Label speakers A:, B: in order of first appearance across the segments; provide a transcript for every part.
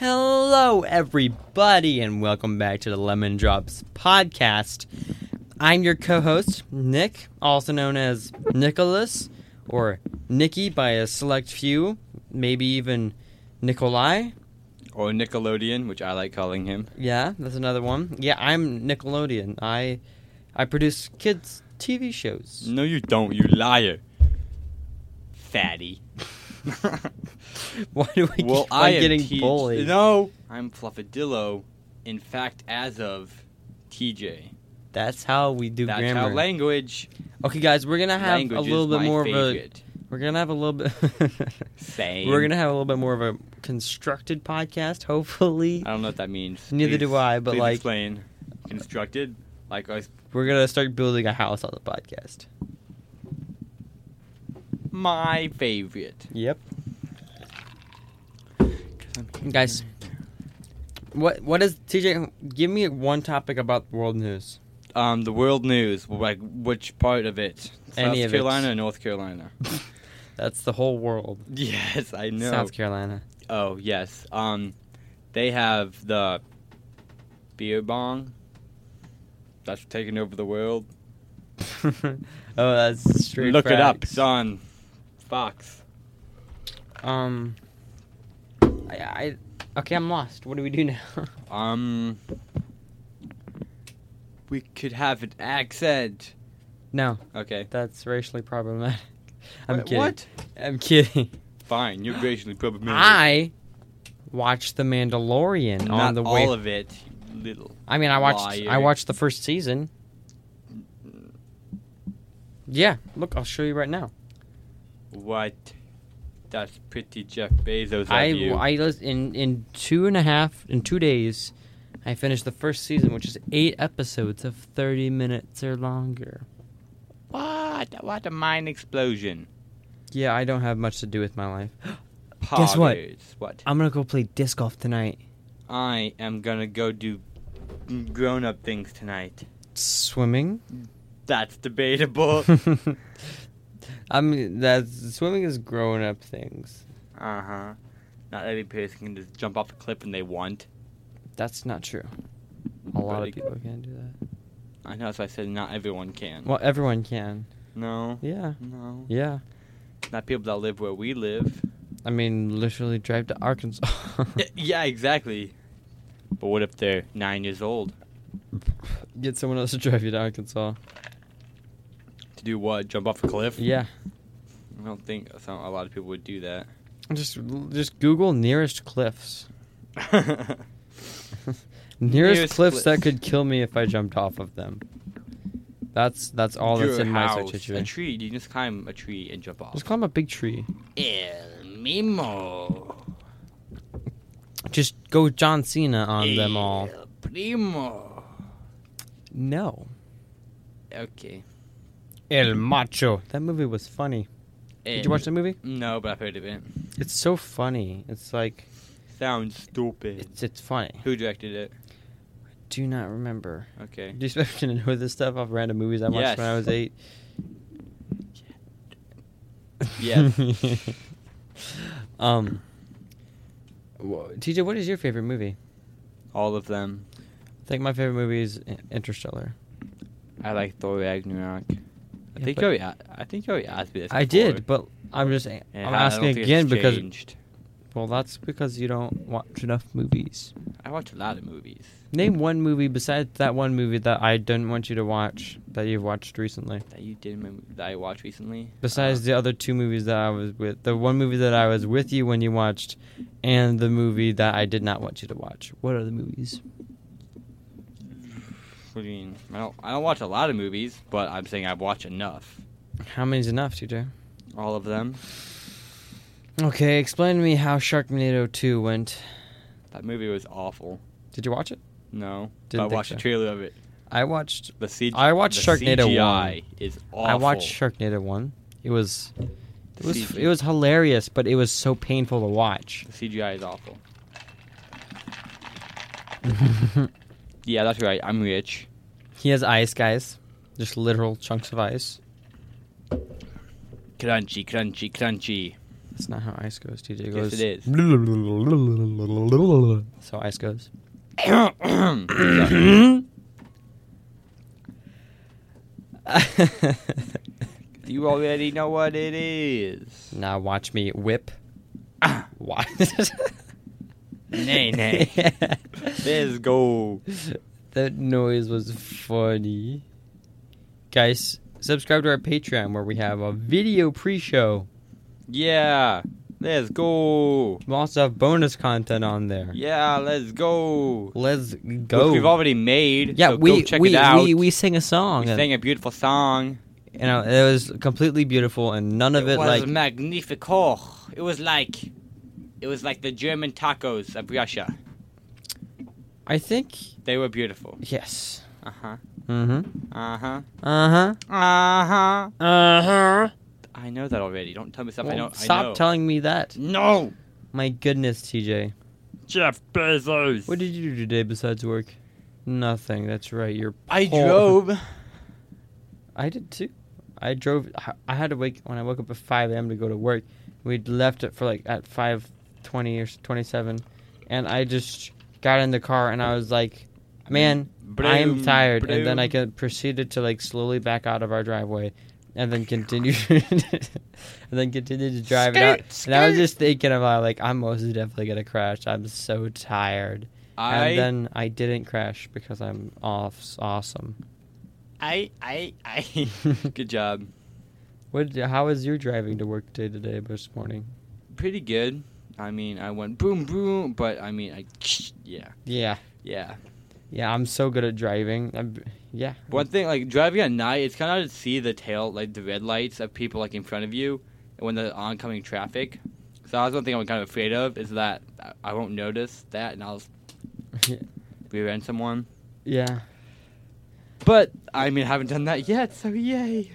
A: Hello, everybody, and welcome back to the Lemon Drops podcast. I'm your co host, Nick, also known as Nicholas or Nicky by a select few, maybe even Nikolai.
B: Or Nickelodeon, which I like calling him.
A: Yeah, that's another one. Yeah, I'm Nickelodeon. I I produce kids TV shows.
B: No, you don't, you liar. Fatty.
A: Why do I
B: well,
A: keep on
B: I am
A: getting
B: T-
A: bullied?
B: No, I'm Fluffadillo. In fact, as of TJ.
A: That's how we do
B: That's
A: grammar.
B: how language.
A: okay, guys, we're gonna have
B: language
A: a little
B: is
A: bit
B: my
A: more of
B: favorite.
A: a. We're gonna have a little bit.
B: Same.
A: We're gonna have a little bit more of a constructed podcast, hopefully.
B: I don't know what that means.
A: Neither do
B: Please-
A: I, but,
B: please
A: like-
B: explain. Constructed, like I.
A: We're gonna start building a house on the podcast.
B: My favorite.
A: Yep. Guys. What What is TJ? Give me one topic about world news.
B: Um, the world news. Like which part of it?
A: Any
B: South
A: of it.
B: Carolina or North Carolina?
A: That's the whole world.
B: yes, I know.
A: South Carolina.
B: Oh yes. Um, they have the beer bong. That's taking over the world.
A: oh, that's straight.
B: Look it up.
A: facts.
B: It's on Fox.
A: Um. I, I. Okay, I'm lost. What do we do now?
B: Um, we could have an accent.
A: no,
B: Okay.
A: that's racially problematic. I'm
B: Wait,
A: kidding.
B: What?
A: I'm kidding.
B: Fine. You're racially problematic.
A: I watched The Mandalorian
B: Not
A: on the
B: all
A: way.
B: of it. Little.
A: I mean, I watched. I
B: Liar.
A: watched the first season. Yeah, look, I'll show you right now.
B: What? That's pretty Jeff Bezos of
A: I,
B: you.
A: I lis- in in two and a half in two days, I finished the first season, which is eight episodes of thirty minutes or longer.
B: what? What a mind explosion.
A: Yeah, I don't have much to do with my life. Guess what?
B: Poggers. What?
A: I'm gonna go play disc golf tonight.
B: I am gonna go do grown up things tonight.
A: Swimming.
B: That's debatable. uh
A: I mean, that's swimming is grown up things.
B: huh. Uh-huh. Not every person can just jump off a cliff when they want.
A: That's not true. A lot
B: Buddy.
A: of people can do that.
B: I know, so I said not everyone can.
A: Well, everyone can.
B: No.
A: Yeah.
B: No.
A: Yeah.
B: Not people that live where we live.
A: I mean, literally drive to Arkansas.
B: Y- yeah, exactly. But what if they're nine years old?
A: Get someone else to drive you to Arkansas.
B: To do what? Jump off a cliff?
A: Yeah.
B: I don't think some, a lot of people would do that.
A: Just just Google nearest cliffs. Nearest,
B: Nearest
A: cliffs that
B: cliffs.
A: could kill me if I jumped off of them. That's that's all that's
B: Your
A: in
B: house,
A: my
B: A
A: situation.
B: tree. You can just climb a tree and jump off.
A: Just climb a big tree.
B: El Mimo.
A: Just go John Cena on them all.
B: El Eh, Primo.
A: No.
B: Okay.
A: El Macho. That movie was funny. Did you watch that movie?
B: No, but I've heard of it.
A: It's so funny. It's like
B: Sounds stupid.
A: it's it's funny.
B: Who directed it?
A: Do not remember.
B: Okay.
A: Do you expect me to know this stuff off random movies I watched
B: Yes.
A: when I was eight?
B: Yes.
A: um. wha- TJ, what is your favorite movie?
B: All of them.
A: I think my favorite movie is I- Interstellar.
B: I like Thor Ragnarok. I
A: Yeah,
B: think
A: but-
B: you already, a- I think you already asked me this.
A: I
B: before.
A: did, but I'm just a- I'm
B: And I don't
A: asking
B: think it's
A: again because
B: changed.
A: well, that's because you don't watch enough movies.
B: I watch a lot of movies.
A: Name one movie besides that one movie that I didn't want you to watch that you've watched recently.
B: That you did mem- that I watched recently.
A: Besides
B: Uh,
A: the other two movies that I was with, the one movie that I was with you when you watched, and the movie that I did not want you to watch. What are the movies?
B: what do you mean? I don't, I don't watch a lot of movies, but I'm saying I've watched enough.
A: How many's enough, TJ?
B: All of them.
A: Okay, explain to me how Sharknado 2 went.
B: That movie was awful.
A: Did you watch it?
B: No,
A: Didn't
B: but I
A: think
B: watched
A: so.
B: the trailer of it.
A: I watched
B: The CG.
A: I watched
B: the
A: Sharknado
B: CGI Is awful.
A: I watched Sharknado 1. It was it
B: The
A: was
B: CGI
A: it was hilarious, but it was so painful to watch.
B: The CGI is awful. Yeah, that's right. I'm rich.
A: he has ice, guys. Just literal chunks of ice.
B: Crunchy, crunchy, crunchy.
A: That's not how ice goes, TJ. It
B: Yes,
A: goes.
B: it
C: That's
A: So ice goes.
B: is. you already know what it is.
A: now watch me whip. Why?
B: Nay, nay. Let's go.
A: That noise was funny. Guys, subscribe to our Patreon where we have a video pre show.
B: Yeah. Let's go.
A: We also have bonus content on there.
B: Yeah, let's go.
A: Let's
B: Which we've
A: go.
B: already made.
A: Yeah,
B: so
A: we,
B: go check
A: we,
B: it out.
A: we we sing a song.
B: We sang a beautiful song.
A: You know, it was completely beautiful and none of it,
B: was
A: like
B: magnifico. It was like, it was like the German tacos of Russia.
A: I think
B: They were beautiful.
A: yes.
B: Uh huh.
A: Mm-hmm.
B: Uh huh.
A: Uh-huh.
B: Uh huh.
A: Uh-huh.
B: I know that already. Don't tell me something
A: Well,
B: I don't.
A: stop
B: I know.
A: telling me that.
B: No,
A: My goodness, TJ.
B: Jeff Bezos.
A: What did you do today besides work? Nothing. That's right. You're
B: I
A: poor.
B: drove?
A: I did too. I drove. I- I had to wake when I woke up at five a.m. to go to work. We'd left it for like at five twenty or twenty-seven, and I just got in the car and I was like, "Man, I am
B: Broom,
A: tired." And then I
B: broom.
A: could, proceeded to like slowely back out of our driveway, and then continued, and then continued to drive it out.
B: Skirt,
A: And I was
B: skirt.
A: just thinking about like I'm most definitely gonna crash. I'm so tired.
B: I,
A: And then I didn't crash because I'm off awesome.
B: I, I, I. Good job.
A: What? How was your driving to work day today this morning?
B: Pretty good. I mean, I went boom, boom, but I mean, I. Yeah,
A: Yeah,
B: yeah.
A: yeah. I'm so good at driving. I'm, yeah.
B: One thing, like driving at night, it's kind of hard to see the tail, like the red lights of people like in front of you when the oncoming traffic. So that's one thing I'm kind of afraid of is that I- I won't notice that and I'll s- rear end someone.
A: Yeah.
B: But I mean, I haven't done that yet, so yay.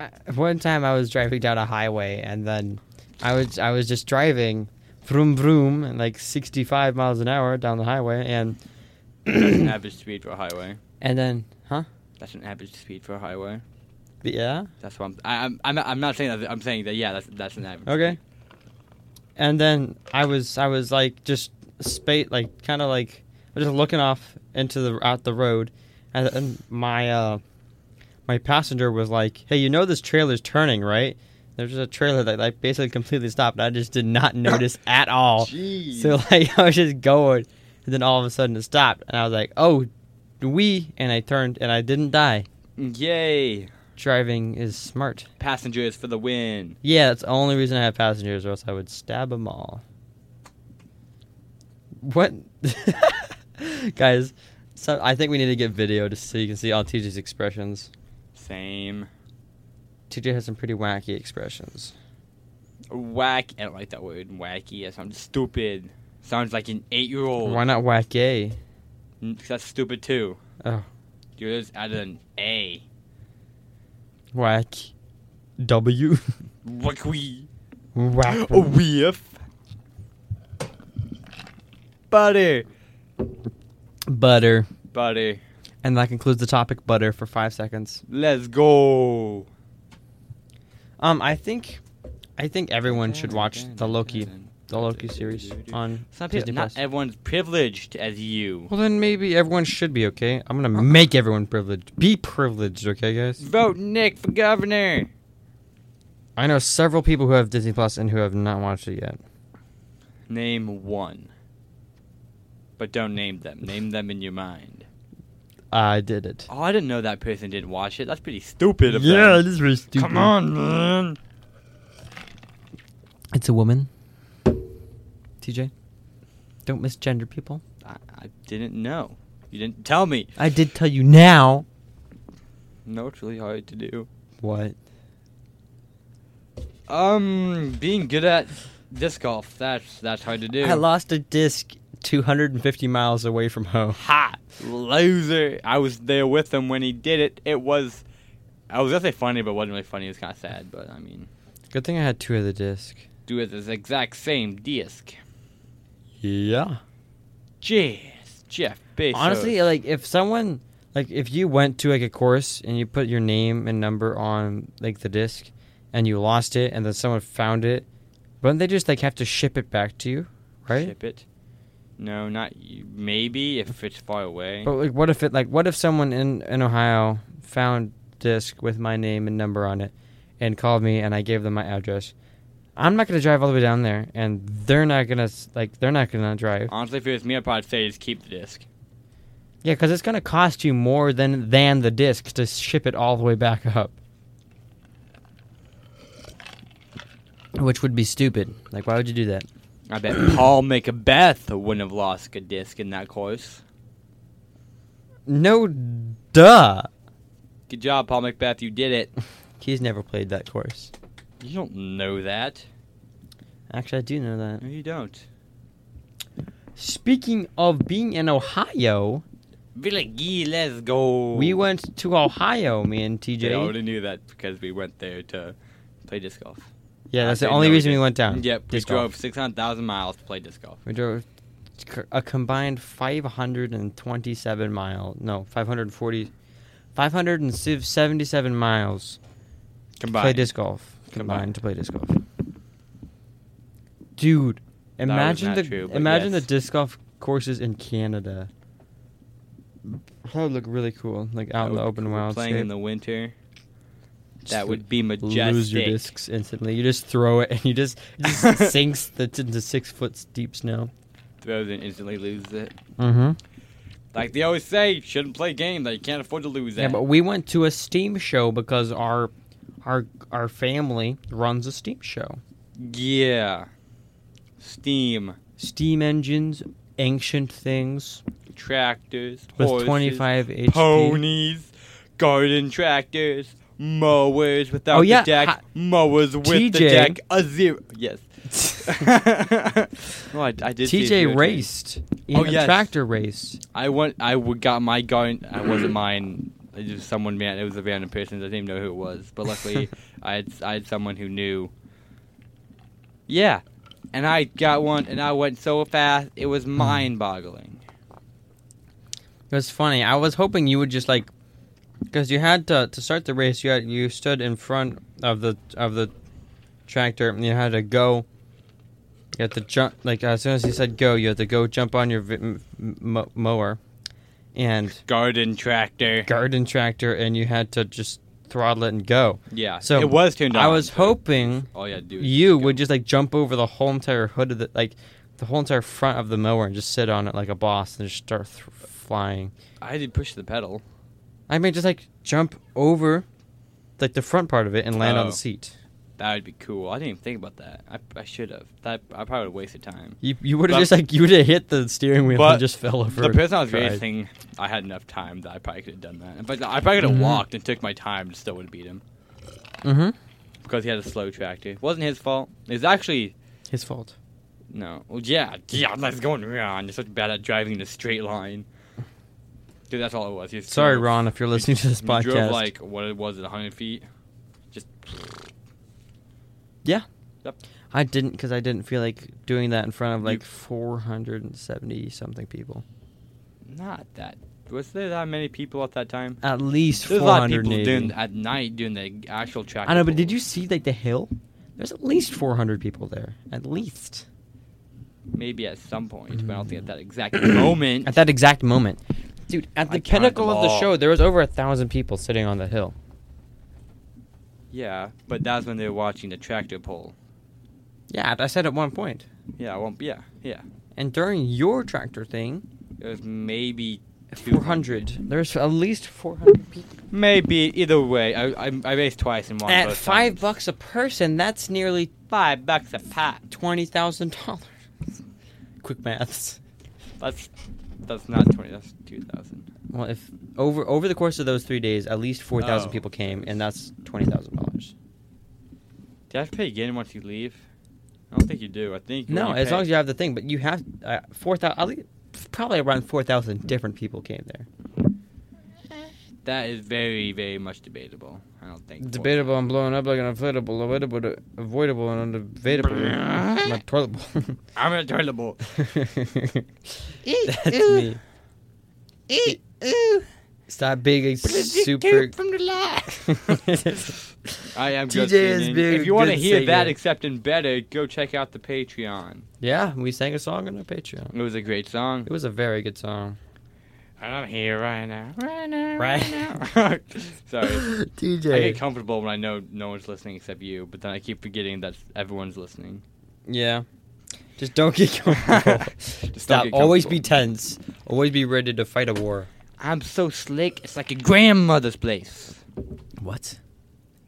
A: I, Uh, one time I was driving down a highway and then I was I was just driving vroom vroom and like 65 miles an hour down the highway and
B: That's an average speed for a highway.
A: and then
B: That's an average speed for a highway.
A: yeah
B: That's what I'm. I, I'm. I'm. I'm not saying that. I'm saying that. Yeah, that's that's an average.
A: okay
B: speed.
A: and then I was I was like just spate like kind of like just looking off into the out the road and, and my uh my passenger was like hey you know this trailer's turning right there's a trailer that like basically completely stopped and I just did not notice at all
B: Jeez.
A: So like I was just going, and then all of a sudden it stopped, and I was like, "Oh, we!" And I turned, and I didn't die.
B: yay!
A: Driving is smart.
B: Passengers for the win.
A: Yeah, that's the only reason I have passengers, or else I would stab them all. What, guys? So I think we need to get video to so you can see all TJ's expressions.
B: Same.
A: TJ has some pretty wacky expressions.
B: Wack. I don't like that word. Wacky. That sounds stupid. Sounds like an eight-year-old.
A: Why not wacky?
B: Mm, 'cause That's stupid too.
A: Oh.
B: You just added an A.
A: Whack. W.
B: Wacky.
A: Whack.
B: A whiff. Butter.
A: Butter.
B: Butter.
A: And that concludes the topic butter for five seconds.
B: Let's go.
A: Um, I think, I think everyone should watch the Loki, the Loki series on
B: Some people,
A: Disney
B: not
A: Plus.
B: everyone's privileged as you.
A: Well, then maybe everyone should be okay. I'm gonna make everyone privileged. Be privileged, okay, guys.
B: Vote Nick for governor.
A: I know several people who have Disney Plus and who have not watched it yet.
B: Name one. But don't name them. Name them in your mind.
A: I did it.
B: Oh, I didn't know that person didn't watch it. That's pretty stupid of them.
A: is really stupid.
B: Come on, man.
A: it's a woman. TJ, don't misgender people.
B: I, I didn't know. You didn't tell me.
A: I did tell you now.
B: No, it's really hard to do.
A: What?
B: Um, being good at disc golf, that's that's hard to do.
A: I lost a disc 250 miles away from home.
B: Ha! Loser! I was there with him when he did it. It was, I was gonna say funny, but it wasn't really funny. It was kind of sad, but I mean,
A: Good thing I had two of the disc.
B: do it this exact same disc.
A: Yeah.
B: Jeez, Jeff Bezos.
A: honestly like if someone like if you went to like a course and you put your name and number on like the disc and you lost it and then someone found it Wouldn't they just like have to ship it back to you, right?
B: Ship it. No, not you. maybe if it's far away.
A: But like, what if it like what if someone in in Ohio found disc with my name and number on it, and called me and I gave them my address? I'm not gonna drive all the way down there, and they're not gonna s- like they're not gonna drive.
B: Honestly, if it was me, I'd probably say just keep the disc.
A: Yeah, because it's gonna cost you more than than the disc to ship it all the way back up, which would be stupid. Like, why would you do that?
B: I bet Paul Macbeth wouldn't have lost a disc in that course.
A: No, duh.
B: Good job, Paul Macbeth. You did it.
A: He's never played that course.
B: You don't know that.
A: Actually, I do know that.
B: No, you don't.
A: Speaking of being in Ohio,
B: Billy Gee, let's go.
A: we went to Ohio, me and TJ.
B: They already knew that because we went there to play disc golf.
A: yeah, that's the
B: Actually,
A: only
B: no,
A: reason we
B: didn't.
A: went down.
B: Yep, we
A: disc golf.
B: drove 600,000 miles to play disc golf.
A: We drove c- a combined 527 miles. No, 540. 577 miles to
B: Combined.
A: play disc golf. Combined to play disc golf. Dude,
B: was
A: imagine
B: not
A: the
B: true, but
A: imagine
B: yes.
A: the disc golf courses in Canada. That would look really cool, like out in the
B: We're
A: open wild.
B: Playing in the winter. That would be majestic.
A: lose your discs instantly. You just throw it and you just, it just sinks the, into six foot deep snow.
B: Throws and instantly loses it.
A: Mm-hmm.
B: Like they always say, shouldn't play a game that you can't afford to lose
A: Yeah,
B: at.
A: but we went to a steam show because our our our family runs a steam show.
B: yeah. Steam,
A: Steam engines, ancient things
B: tractors,
A: with
B: horses,
A: 25 HP.
B: ponies, garden tractors, mowers without
A: Oh, yeah,
B: the deck,
A: hi-
B: mowers with the
A: TJ.
B: deck, a zero. Yes. no, I, I did. see a zero
A: TJ
B: turn.
A: raced in
B: Oh,
A: a
B: yes.
A: tractor race.
B: I went. I w- got my garden. I wasn't mine. It was someone man. It was a random person. I didn't even know who it was. But luckily, I had I had someone who knew. Yeah, and I got one, and I went so fast it was
A: Hmm.
B: mind-boggling.
A: It was funny. I was hoping you would just like, because you had to to start the race. You had you stood in front of the of the tractor and you had to go. You had to jump like as soon as he said go, you had to go jump on your vi- m- m- mower, and
B: Garden tractor.
A: garden tractor, and you had to just throttle it and go.
B: yeah.
A: So,
B: So it was turned on. Oh,
A: I was
B: so
A: hoping
B: All you had to do. was
A: you
B: go.
A: would just like jump over the whole entire hood of the like the whole entire front of the mower and just sit on it like a boss and just start th- flying.
B: I did push the pedal.
A: I mean, just like jump over, like the front part of it, and land on
B: Oh.
A: the seat.
B: That would be cool. I didn't even think about that. I, I should have. That I probably would have wasted time.
A: You you would have
B: But-
A: just like you would have hit the steering wheel
B: But
A: and just fell over.
B: The person I was
A: Tried.
B: racing, I had enough time that I probably could have done that. In fact, I probably could have
A: Mhm.
B: walked and took my time and still would have beat him
A: Mhm.
B: because he had a slow tractor. It wasn't his fault. It's actually
A: His fault.
B: no. Well, yeah, yeah. That's going wrong. You're such bad at driving in a straight line. Dude, that's all it was. He was
A: Sorry,
B: drove-
A: Ron, if you're listening to this
B: he drove
A: podcast.
B: like what it was, 100 feet. Just
A: I didn't because I didn't feel like doing that in front of
B: You-
A: like 470 something people.
B: not that. Was there that many people at that time?
A: At least
B: There's a lot of people
A: 480.
B: doing at night doing the actual tractor.
A: I know, but did
B: pulls.
A: you see like the hill? There's at least 400 people there. At least.
B: Maybe at some point, but I don't think at that exact moment.
A: At that exact moment. Dude, at
B: I
A: the
B: counted
A: pinnacle
B: them
A: of the
B: all.
A: show, there was over a thousand people sitting on the hill.
B: Yeah, but that's when they were watching the tractor pull.
A: Yeah, I said at one point.
B: Yeah, I won't. Yeah, yeah.
A: And during your tractor thing,
B: It was maybe
A: 400. There's at least 400 people.
B: Maybe either way, I I, I raced twice and won.
A: At
B: both
A: five
B: times.
A: bucks a person, that's nearly
B: five bucks a pop.
A: twenty thousand dollars. Quick maths.
B: That's that's not twenty. That's two thousand.
A: Well, if over over the course of those three days, at least four thousand
B: Oh.
A: people came, and that's twenty thousand dollars.
B: Do you have to pay again once you leave? I don't think you do. I think when
A: No,
B: you
A: as long
B: pay-
A: as you have the thing, but you have uh, four thousand. Probably around four thousand different people came there.
B: that is very very much debatable. I don't think
A: Debatable and blowing up like an inflatable, avoidable, avoidable and unavoidable. My toilet bowl.
B: I'm a toiletable.
A: That's me. Stop being a super.
B: from the lot. I am
A: TJ
B: TJ
A: is being
B: If you want to
A: good
B: hear that,
A: singer.
B: except in better, go check out the Patreon.
A: Yeah, we sang a song on our Patreon.
B: It was a great song.
A: It was a very good song.
B: And I'm here right now, right now,
A: Right.
B: now. Sorry. I get
A: TJ.
B: comfortable when I know no one's listening except you, but then I keep forgetting that everyone's listening.
A: Yeah. Just don't get comfortable.
B: Just
A: Stop.
B: don't get
A: Always be
B: comfortable.
A: tense. Always be ready to fight a war.
B: I'm so slick. It's like a grandmother's place.
A: What?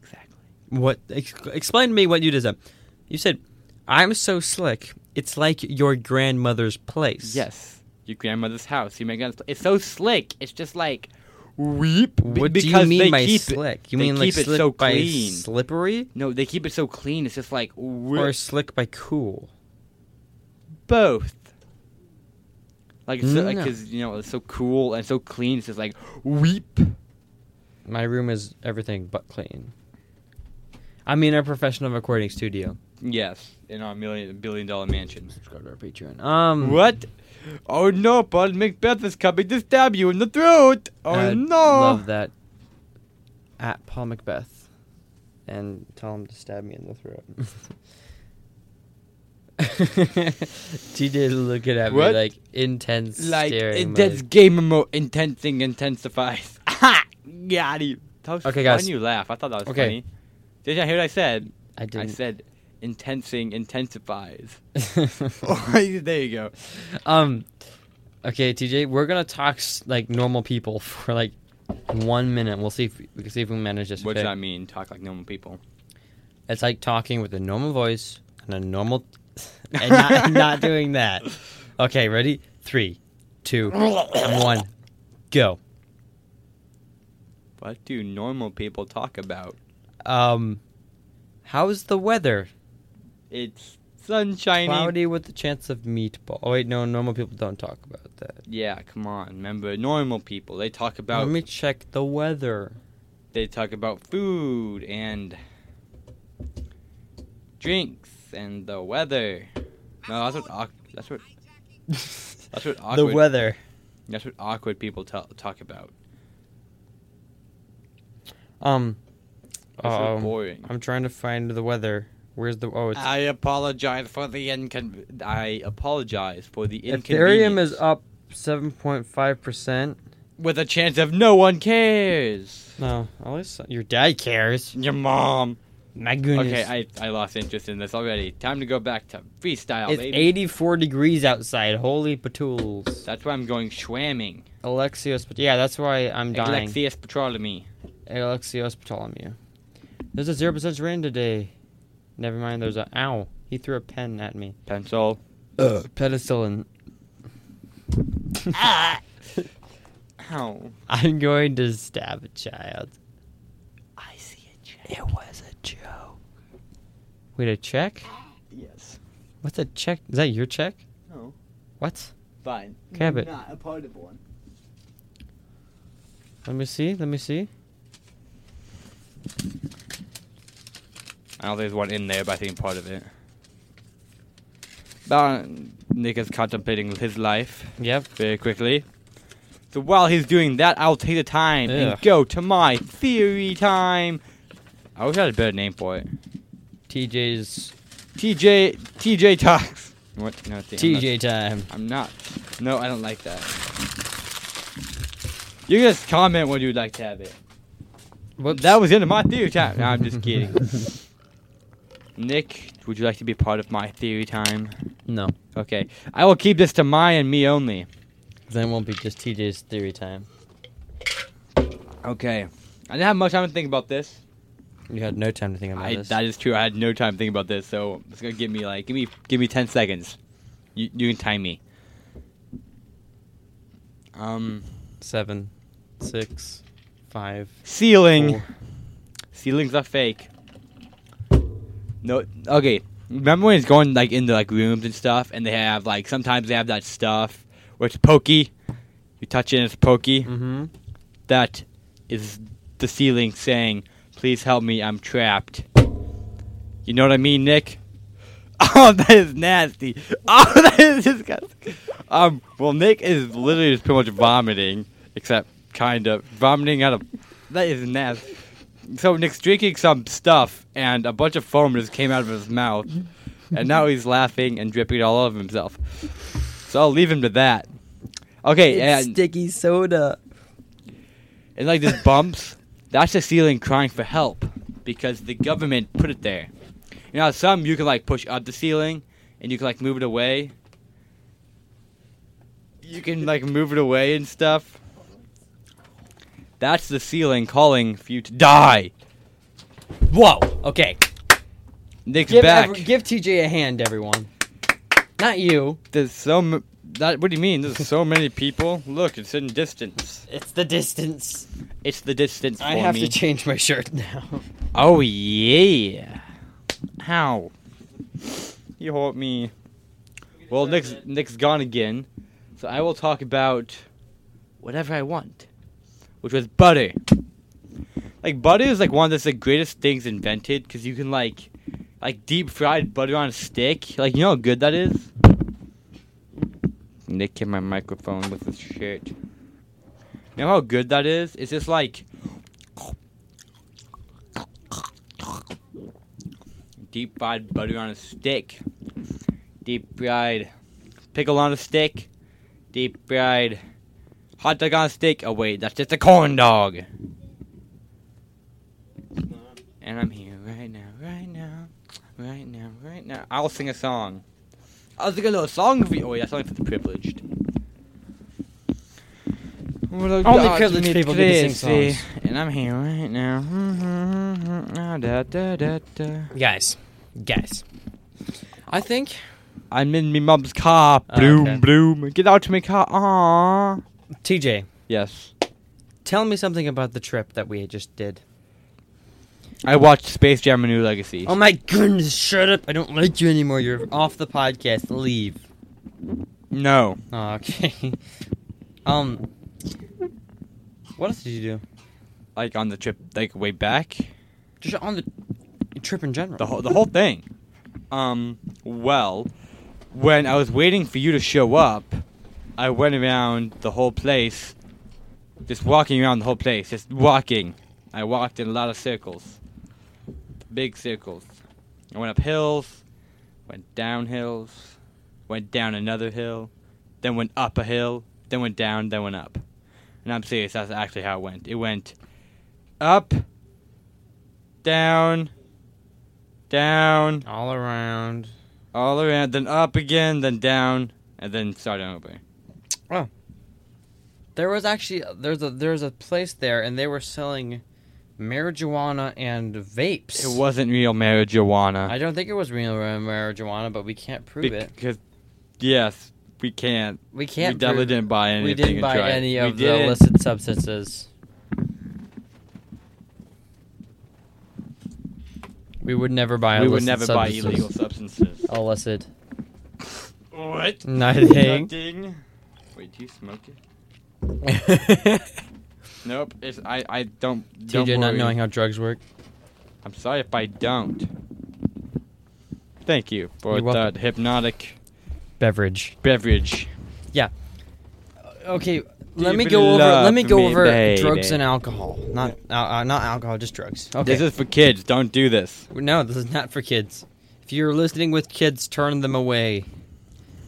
B: Exactly.
A: What? Ex- explain to me what you just said. You said, "I'm so slick. It's like your grandmother's place."
B: Yes. Your grandmother's house. You make it. It's so slick. It's just like weep. b-
A: What do you
B: because
A: mean
B: they
A: by
B: keep it-
A: slick? You
B: they
A: mean like
B: keep it
A: slick
B: so
A: by
B: clean.
A: slippery
B: No, they keep it so clean. It's just like we
A: or slick by cool?
B: both. Like it's so, like,
A: No.
B: 'cause, you know it's so cool and so clean. It's just like weep.
A: My room is everything but clean. I'm in a professional recording studio.
B: Yes, in our million billion dollar mansion.
A: Subscribe to our Patreon. Um,
B: What? Oh no, Bud Macbeth is coming to stab you in the throat. Oh
A: I'd
B: no.
A: Love that. At Paul Macbeth, and tell him to stab me in the throat. TJ looking at
B: What?
A: me like intense
B: Like
A: staring.
B: it, that's
A: like-
B: game mode intensing intensifies. Ha! Got you. That was
A: Okay,
B: fun
A: guys.
B: you laugh. I thought that was
A: Okay.
B: funny. Did you hear what I said?
A: I
B: I
A: didn't.
B: said intensing intensifies. there you go.
A: um, okay, TJ, we're gonna talk s- like normal people for like one minute. We'll see if we can see if we manage this.
B: What
A: okay?
B: does that mean? Talk like normal people.
A: It's like talking with a normal voice and a normal, and not, and not doing that. Okay, ready? Three, two, one, go.
B: What do normal people talk about?
A: Um, how's the weather?
B: It's sunshiny.
A: Cloudy with the chance of meatball. Oh wait, no, normal people don't talk about that.
B: Yeah, come on. Remember, normal people they talk about
A: Let me check the weather.
B: they talk about food and drinks and the weather. No, that's what awk- that's what that's what
A: The
B: awkward
A: weather.
B: that's what awkward people tell talk about.
A: Um,
B: That's so
A: um,
B: boring.
A: I'm trying to find the weather. Where's the? Oh, it's.
B: I apologize for the incon. I apologize for the
A: Ethereum
B: inconvenience.
A: is up seven point five percent.
B: with a chance of no one cares.
A: No, at least your dad cares.
B: Your mom.
A: My goodness.
B: Okay, I, I lost interest in this already. Time to go back to freestyle,
A: It's
B: baby.
A: 84 degrees outside. Holy patools.
B: That's why I'm going schwamming.
A: Alexios, but yeah, that's why I'm dying.
B: Alexius Petrolemy.
A: Alexios Ptolemy. There's a 0% rain today. Never mind, there's a. Ow. He threw a pen at me.
B: Pencil.
A: Ugh. Penicillin.
B: Ah! Oh, Ow.
A: I'm going to stab a child.
B: I see a check. It was a joke.
A: Wait, a check?
B: Yes.
A: What's a check? Is that your check?
B: No.
A: What?
B: Fine.
A: Okay, but-
B: Not a part of one.
A: Let me see. Let me see.
B: I don't think there's one in there, but I think part of it. But Nick is contemplating his life
A: Yep.
B: very quickly. So while he's doing that, I'll take the time
A: Ugh.
B: and go to my theory time. I wish I had a better name for it.
A: TJ's.
B: TJ TJ talks. What? No, see, I'm not-
A: TJ time.
B: I'm not. No, I don't like that. You just comment when you'd like to have it.
A: Whoops.
B: That was into my theory time. No, I'm just kidding. Nick, would you like to be part of my theory time?
A: No.
B: Okay. I will keep this to my and me only.
A: Then it won't be just TJ's theory time.
B: Okay. I didn't have much time to think about this.
A: You had no time to think about
B: I,
A: this.
B: that is true. I had no time to think about this, so it's gonna give me like give me give me ten seconds. You you can time me. Um,
A: Seven, six, five.
B: ceiling.
A: Four.
B: Ceilings are fake. No, okay. Remember when it's going like into like rooms and stuff, and they have like sometimes they have that stuff where it's pokey. You touch it, and it's pokey.
A: Mm-hmm.
B: That is the ceiling saying, "Please help me, I'm trapped." You know what I mean, Nick? Oh, that is nasty. Oh, that is disgusting. Um, well, Nick is literally just pretty much vomiting, except kind of vomiting out of. That is nasty. so Nick's drinking some stuff, and a bunch of foam just came out of his mouth, and now he's laughing and dripping all over himself. So I'll leave him to that. Okay,
A: It's
B: and,
A: sticky soda.
B: and like this bumps, that's the ceiling crying for help because the government put it there. You know, some you can like push up the ceiling and you can like move it away. You can like move it away and stuff. That's the ceiling calling for you to die.
A: Whoa. Okay.
B: Nick's
A: Give
B: back.
A: every- give TJ a hand, everyone. Not you.
B: There's so m- that. What do you mean? There's so many people. Look, it's in distance.
A: It's the distance.
B: It's the distance
A: I
B: for
A: have
B: me.
A: to change my shirt now.
B: oh yeah. How? You hurt me. Well, Nick's Nick's gone again, so I will talk about whatever I want, which was butter. Like butter is like one of the greatest things invented because you can like, like deep fried butter on a stick. Like you know how good that is. Nick hit my microphone with his shirt. You know how good that is? It's just like deep fried butter on a stick, deep fried pickle on a stick, deep fried hot dog on a stick. Oh wait, that's just a corn dog. And I'm here right now, right now, right now, right now. I'll sing a song. I'll sing a little song for you. Oh, yeah, that's only for the privileged.
A: Only privileged people get to sing
B: Crazy. And I'm here right now. Mm-hmm, Ah, da, da, da, da.
A: guys, guys. I think
B: I'm in me mom's car.
A: Oh,
B: Bloom,
A: okay.
B: bloom. Get out of my car. Aww.
A: TJ,
B: Yes.
A: tell me something about the trip that we just did.
B: I watched Space Jam: A New Legacy.
A: Oh my goodness! Shut up! I don't like you anymore. You're off the podcast. Leave. Oh,
B: no.
A: Okay. Um. What else did you do?
B: Like on the trip, like way back.
A: Just on the trip in general.
B: The whole, the whole thing. Um. Well, when I was waiting for you to show up, I went around the whole place, just walking around the whole place, just walking. I walked in a lot of circles, big circles. I went up hills, went down hills, went down another hill, then went up a hill, then went down, then went up. And I'm serious, that's actually how it went. It went up, down, down,
A: All around.
B: all around, then up again, then down, and then starting over.
A: There was actually there's a there's a place there, and they were selling marijuana and vapes.
B: It wasn't real marijuana.
A: I don't think it was real marijuana, but we can't prove it.
B: Because, yes, we can't.
A: We can't.
B: we definitely
A: prove-
B: didn't buy anything.
A: We didn't
B: and
A: buy
B: try it.
A: any
B: We
A: of the
B: didn't.
A: illicit substances. We would never buy.
B: We
A: illicit
B: would never buy
A: substances.
B: illegal substances.
A: Illicit.
B: What?
A: Nothing.
B: Nothing. Wait, do you smoke it?
A: TJ
B: Nope. It's I. I don't. don't
A: not
B: worry.
A: knowing how drugs work.
B: I'm sorry if I don't. Thank you for
A: You're welcome.
B: that hypnotic
A: Beverage.
B: beverage.
A: Okay,
B: Do
A: let
B: you
A: me go over.
B: love
A: Let me go
B: me,
A: over
B: baby?
A: drugs and alcohol. Not uh, uh, not alcohol, just drugs. Okay.
B: This is for kids. Don't do this.
A: no, this is not for kids. If you're listening with kids, turn them away,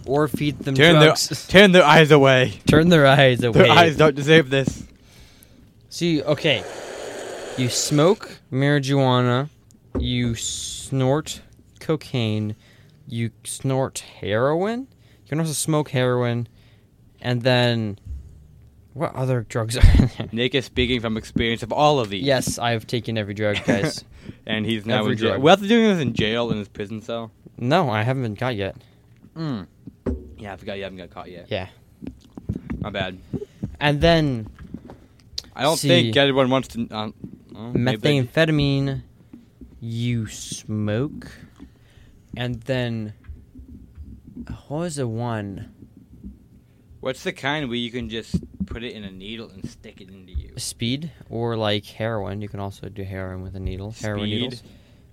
A: or feed them
B: Turn their,
A: drugs.
B: turn their eyes away.
A: turn their eyes away.
B: Their eyes don't deserve this.
A: See, okay. You smoke marijuana, you snort cocaine, you snort heroin. You can also smoke heroin, and then what other drugs are there?
B: Nick is speaking from experience of all of these.
A: Yes, I have taken every drug, guys.
B: And he's now
A: Every
B: in jail.
A: drug.
B: Well, after doing this in jail in his prison cell.
A: no, I haven't been caught yet.
B: Mm. Yeah, I forgot you haven't got caught yet.
A: Hmm. Yeah.
B: My bad.
A: And then
B: I don't
A: See.
B: think anyone wants to. Um, oh, maybe they-
A: methamphetamine, you smoke, and then what was the one?
B: What's the kind where you can just put it in a needle and stick it into you?
A: speed or like heroin. You can also do heroin with a needle. Heroin
B: Speed.
A: needles.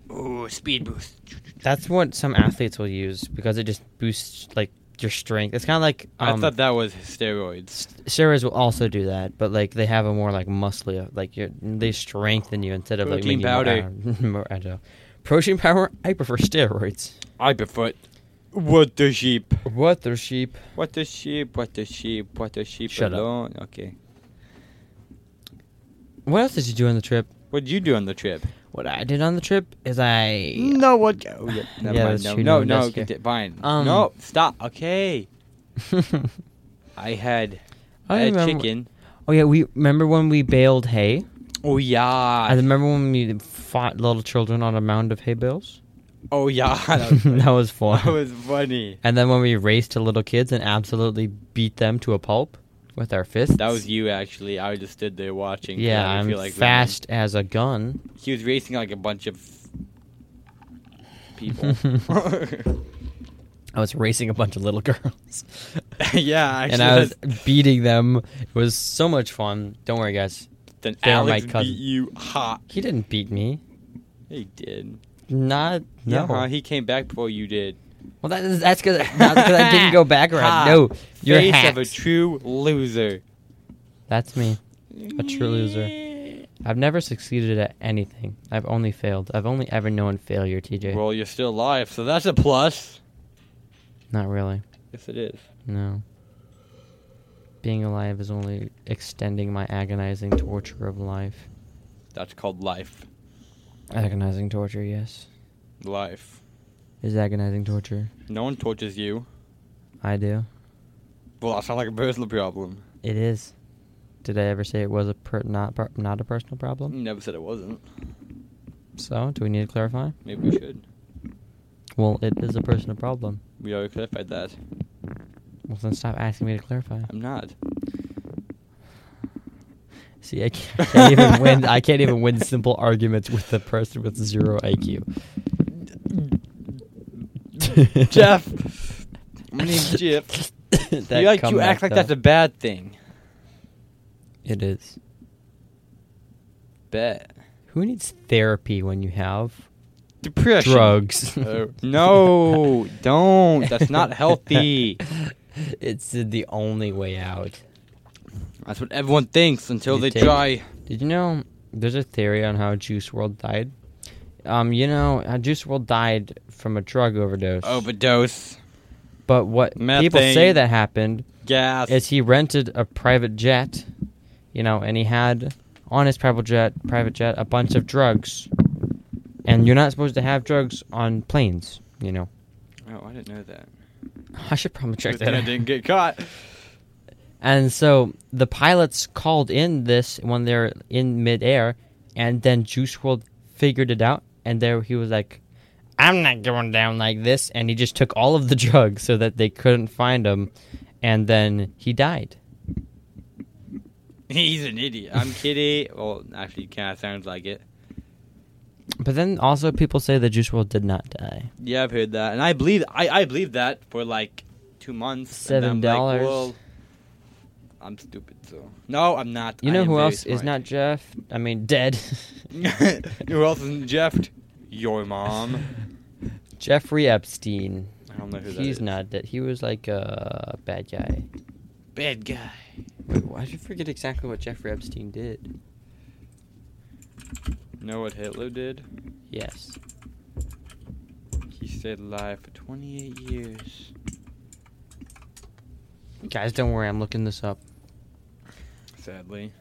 B: Ooh, speed boost.
A: That's what some athletes will use because it just boosts like your strength. It's kind of like
B: I
A: um,
B: thought that was steroids.
A: steroids will also do that, but like they have a more like muscly, like you they strengthen you instead of
B: Protein
A: like
B: powder.
A: making you more, ag- more agile. Protein powder. I prefer steroids.
B: I prefer it. What the sheep?
A: What the sheep?
B: What the sheep? What the sheep? What the sheep
A: Shut up.
B: alone? Okay.
A: What else did you do on the trip?
B: What would you do on the trip?
A: What I did on the trip is I
B: No, what? Oh, yeah, never
A: Yeah,
B: mind.
A: that's
B: No,
A: true.
B: no,
A: No,
B: no.
A: that's true.
B: get it, Fine.
A: Um,
B: no, stop. Okay. I had
A: I
B: a
A: remember-
B: chicken.
A: Oh yeah, we remember when we baled hay.
B: Oh
A: I
B: yeah.
A: remember when we fought little children on a mound of hay bales.
B: Oh yeah. That was funny.
A: that was fun.
B: That was funny.
A: and then when we raced to little kids and absolutely beat them to a pulp with our fists.
B: That was you actually. I just stood there watching. 'cause
A: yeah.
B: I didn't
A: I'm
B: feel like running.
A: fast as a gun.
B: He was racing like a bunch of people.
A: I was racing a bunch of little girls.
B: yeah, actually,
A: and I was
B: that's-
A: beating them. It was so much fun. Don't worry, guys.
B: Then
A: they were my
B: Alex beat
A: cousin.
B: you hot.
A: He didn't beat me.
B: He did.
A: Not no.
B: Yeah, he came back before you did.
A: Well, that is, that's because I didn't go back
B: Ha!
A: around. No, you're
B: Face of a
A: hacks.
B: true loser.
A: That's me. A true loser. I've never succeeded at anything. I've only failed. I've only ever known failure, TJ.
B: Well, you're still alive, so that's a plus.
A: Not really.
B: Yes, it is.
A: No. Being alive is only extending my agonizing torture of life.
B: That's called life.
A: Agonizing torture, yes.
B: Life.
A: Is agonizing torture.
B: No one tortures you.
A: I do.
B: Well, that sounds like a personal problem.
A: It is. Did I ever say it was a per- not per- not a personal problem?
B: You never said it wasn't.
A: So, do we need to clarify?
B: Maybe we should.
A: Well, it is a personal problem.
B: We already clarified that.
A: Well, then stop asking me to clarify.
B: I'm not.
A: See, I can't, I can't even win. I can't even win simple arguments with a person with zero IQ.
B: Jeff. My name's Jeff.
A: That
B: you like, you
A: comeback,
B: act like
A: though.
B: that's a bad thing.
A: It is.
B: Bet.
A: Who needs therapy when you have
B: Depression.
A: drugs?
B: Oh, no, don't. That's not healthy.
A: it's the only way out.
B: That's what everyone thinks until
A: You
B: they
A: take-
B: try.
A: Did you know there's a theory on how Juice World died? Um, you know, how Juice World died from a drug overdose.
B: Overdose.
A: But what people
B: Oh, Methane.
A: say that happened
B: Gas.
A: is he rented a private jet, you know, and he had on his private jet, private jet, a bunch of drugs. And you're not supposed to have drugs on planes, you know.
B: oh, I didn't know that.
A: I should probably check
B: Good thing
A: that.
B: I
A: out.
B: didn't get caught.
A: And so the pilots called in this when they're in midair, and then Juice World figured it out, and there he was like, "I'm not going down like this," and he just took all of the drugs so that they couldn't find him, and then he died.
B: He's an idiot. I'm kidding. Well, actually, kind of sounds like it.
A: But then also people say that Juice World did not die.
B: Yeah, I've heard that, and I believe I, I believe that for like two months. and then I'm like,
A: $7.
B: well, I'm stupid, so no, I'm not.
A: You
B: I
A: know
B: am
A: who
B: very
A: else is
B: smart.
A: not Jeff? I mean, dead.
B: who else is Jeffed? Your mom.
A: Jeffrey Epstein.
B: I don't know who that
A: He's
B: is.
A: not dead. He was like a bad guy.
B: Bad guy.
A: Wait, why did you forget exactly what Jeffrey Epstein did?
B: Know what Hitler did?
A: Yes.
B: He stayed alive for 28 years.
A: Guys, don't worry. I'm looking this up.
B: Sadly,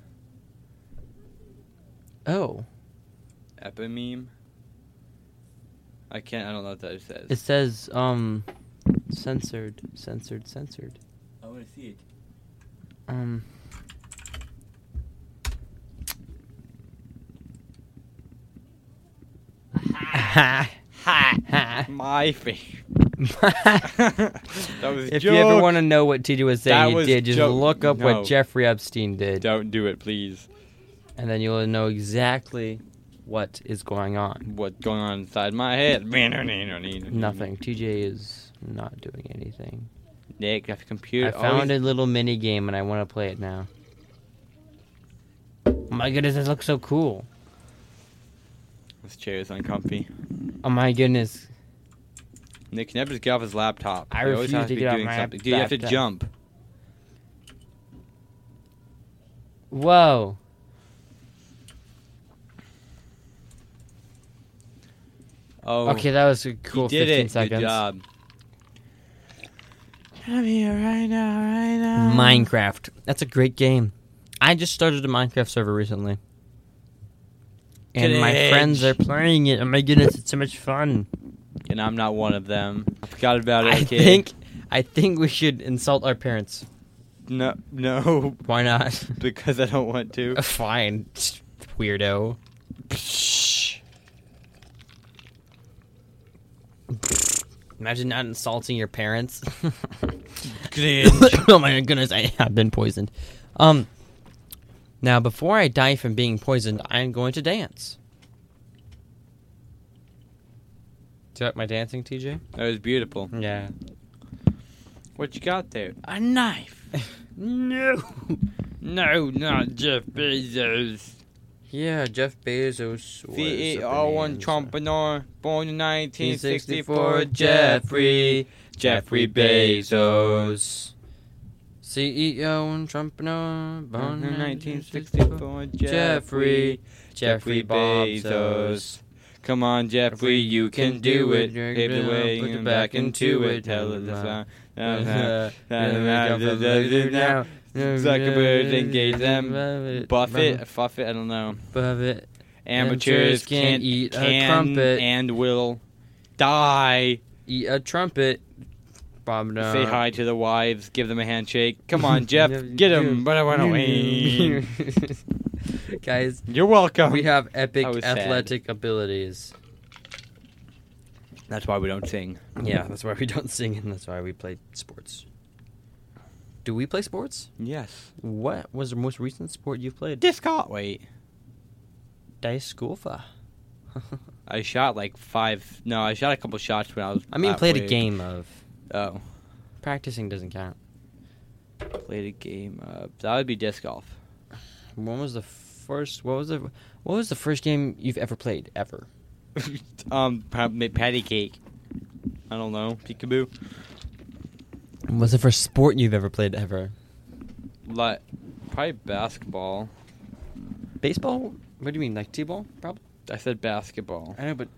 A: Oh,
B: epimeme. I can't. I don't know what that says.
A: it says um, censored, censored, censored.
B: I want to see it.
A: Um, ha ha ha.
B: My favorite. That was
A: if you ever
B: joke.
A: want to know what TJ was
B: That
A: saying, he
B: was
A: did. Just
B: joke.
A: look up
B: No.
A: what Jeffrey Epstein did,
B: Don't do it, please.
A: and then you'll know exactly what is going on.
B: What's going on inside my head? Mm-hmm.
A: Nothing. TJ is not doing anything.
B: Nick, that's a computer.
A: I found a little mini game, and I want to play it now. Oh my goodness, this looks so cool.
B: This chair is uncomfy.
A: Oh my goodness.
B: Nick can never just get off his laptop.
A: I
B: He always
A: refuse
B: has
A: to
B: be
A: get off
B: doing
A: my
B: something. Dude, you have to
A: laptop.
B: jump.
A: Whoa.
B: Oh,
A: Okay, that was a
B: you
A: cool
B: did
A: 15
B: it.
A: seconds.
B: Good job. I'm here right now, right now.
A: Minecraft. That's a great game. I just started a Minecraft server recently. And my
B: Good
A: friends
B: age.
A: are playing it. Oh my goodness, it's so much fun.
B: And I'm not one of them. I forgot about it.
A: I
B: okay.
A: think I think we should insult our parents.
B: No, no,
A: Why not?
B: because I don't want to.
A: Fine. Weirdo. Imagine not insulting your parents. oh my goodness, I have been poisoned. Um now before I die from being poisoned, I am going to dance. Do you like my dancing, TJ?
B: That was beautiful.
A: Yeah.
B: What you got there?
A: A knife. no.
B: No, not Jeff Bezos.
A: Yeah, Jeff Bezos. was
B: V E
A: a
B: R one
A: bonanza.
B: entrepreneur, born in 1964,
A: 1964,
B: Jeffrey, Jeffrey Bezos.
A: CEO E and entrepreneur,
B: Born in 1964, Jeffrey, Jeffrey Bezos. Come on, Jeffrey, you can do it. Pave the way
A: Put
B: and
A: it
B: back
A: back
B: into
A: into
B: it.
A: it.
B: Tell it the Uh-huh.
A: Zuckerberg
B: Zuckerberg and gave them Buffett, Fuffet, I don't know.
A: Buffett.
B: Amateurs
A: can't
B: can't
A: eat a
B: can
A: crumpet.
B: and will die.
A: Eat a E, uh, trumpet. Bob no.
B: Say hi to the wives. Give them a handshake. Come on, Jeff. Get him. But I want to
A: Guys,
B: You're welcome.
A: we have epic
B: I was sad.
A: athletic abilities.
B: That's why we don't sing.
A: Yeah, that's why we don't sing and that's why we play sports. Do we play sports?
B: Yes.
A: What was the most recent sport you've played?
B: Discard. Wait.
A: Dice Golfa.
B: I shot like five. No, I shot a couple shots when I was.
A: I mean,
B: that
A: played a
B: way.
A: game of.
B: Oh,
A: Practicing doesn't count.
B: played a game. Uh, that would be disc golf.
A: When was the first? What was the? What was the first game you've ever played ever?
B: um, pa- ma- patty cake. I don't know. Peekaboo.
A: What's the first sport you've ever played ever?
B: Like, probably basketball.
A: Baseball? What do you mean, like t-ball? Probably.
B: I said basketball.
A: I know, but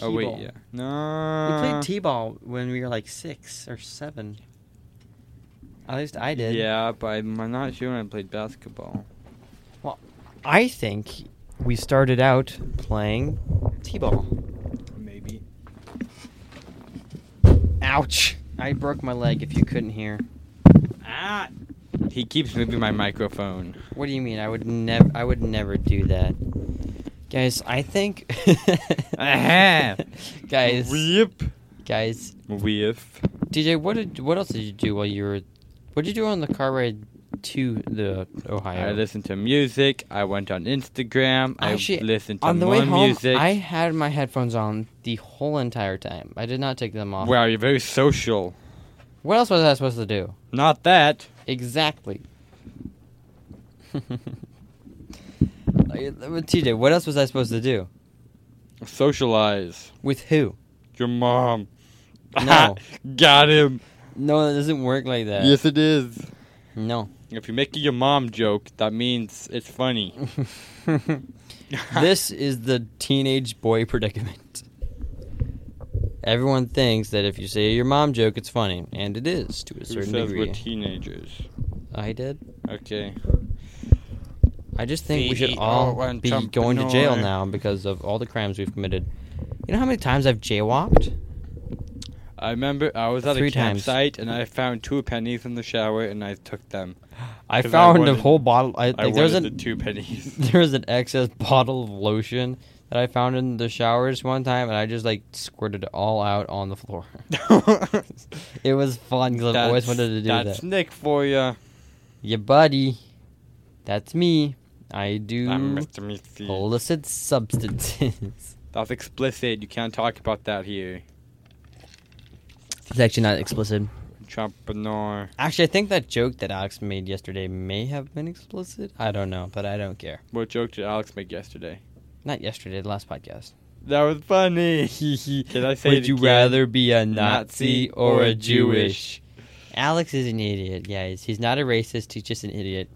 B: Oh
A: t-ball.
B: wait, yeah. No.
A: We played t-ball when we were like six or seven. At least I did.
B: Yeah, but I'm I'm not sure when I played basketball.
A: I think we started out playing t-ball.
B: Maybe.
A: Ouch! I broke my leg. If you couldn't hear.
B: Ah. He keeps moving my microphone.
A: What do you mean? I would never. I would never do that, guys. I think.
B: Uh-huh.
A: guys.
B: Weep.
A: Guys.
B: Weep.
A: DJ, what did what else did you do while you were? What did you do on the car ride to the Ohio?
B: I listened to music. I went on Instagram.
A: Actually,
B: I listened to
A: Oh, on the
B: more
A: way home,
B: music.
A: I had my headphones on the whole entire time. I did not take them off.
B: Wow, you're very social.
A: What else was I supposed to do?
B: Not that.
A: Exactly. Like, TJ, what else was I supposed to do?
B: Socialize.
A: With who?
B: Your mom.
A: No.
B: Got him.
A: No, that doesn't work like that.
B: Yes, it is.
A: No.
B: If you make a your mom joke, that means it's funny.
A: this is the teenage boy predicament. Everyone thinks that if you say your mom joke, it's funny, and it is to a
B: Who
A: certain
B: says
A: degree.
B: we're teenagers?
A: I did.
B: Okay.
A: I just think we should
B: CEO
A: all
B: and
A: be going to jail
B: entrepreneur.
A: now because of all the crimes we've committed. You know how many times I've jaywalked?
B: I remember I was at
A: Three
B: a
A: times.
B: campsite and I found two pennies in the shower and I took them.
A: I
B: 'Cause I
A: found a
B: wanted-
A: whole bottle. I,
B: I
A: like, there's
B: wanted
A: an
B: the two pennies.
A: there was an excess bottle of lotion that I found in the showers one time, and I just like squirted it all out on the floor. It was fun because I've always
B: That's-
A: wanted to do
B: That's
A: that.
B: Nick for you.
A: Yeah, buddy. That's me. I do
B: I'm Mr. Misty.
A: illicit substances.
B: That's explicit. You can't talk about that here.
A: it's actually not explicit.
B: Entrepreneur.
A: Actually, I think that joke that Alex made yesterday may have been explicit. I don't know, but I don't care.
B: What joke did Alex make yesterday?
A: Not yesterday, the last podcast.
B: That was funny. Did I say
A: Would
B: it
A: you
B: again?
A: rather be a Nazi
B: Nazi
A: or
B: or
A: a
B: Jewish?
A: Jewish? Alex is an idiot, guys. He's not a racist. He's just an idiot.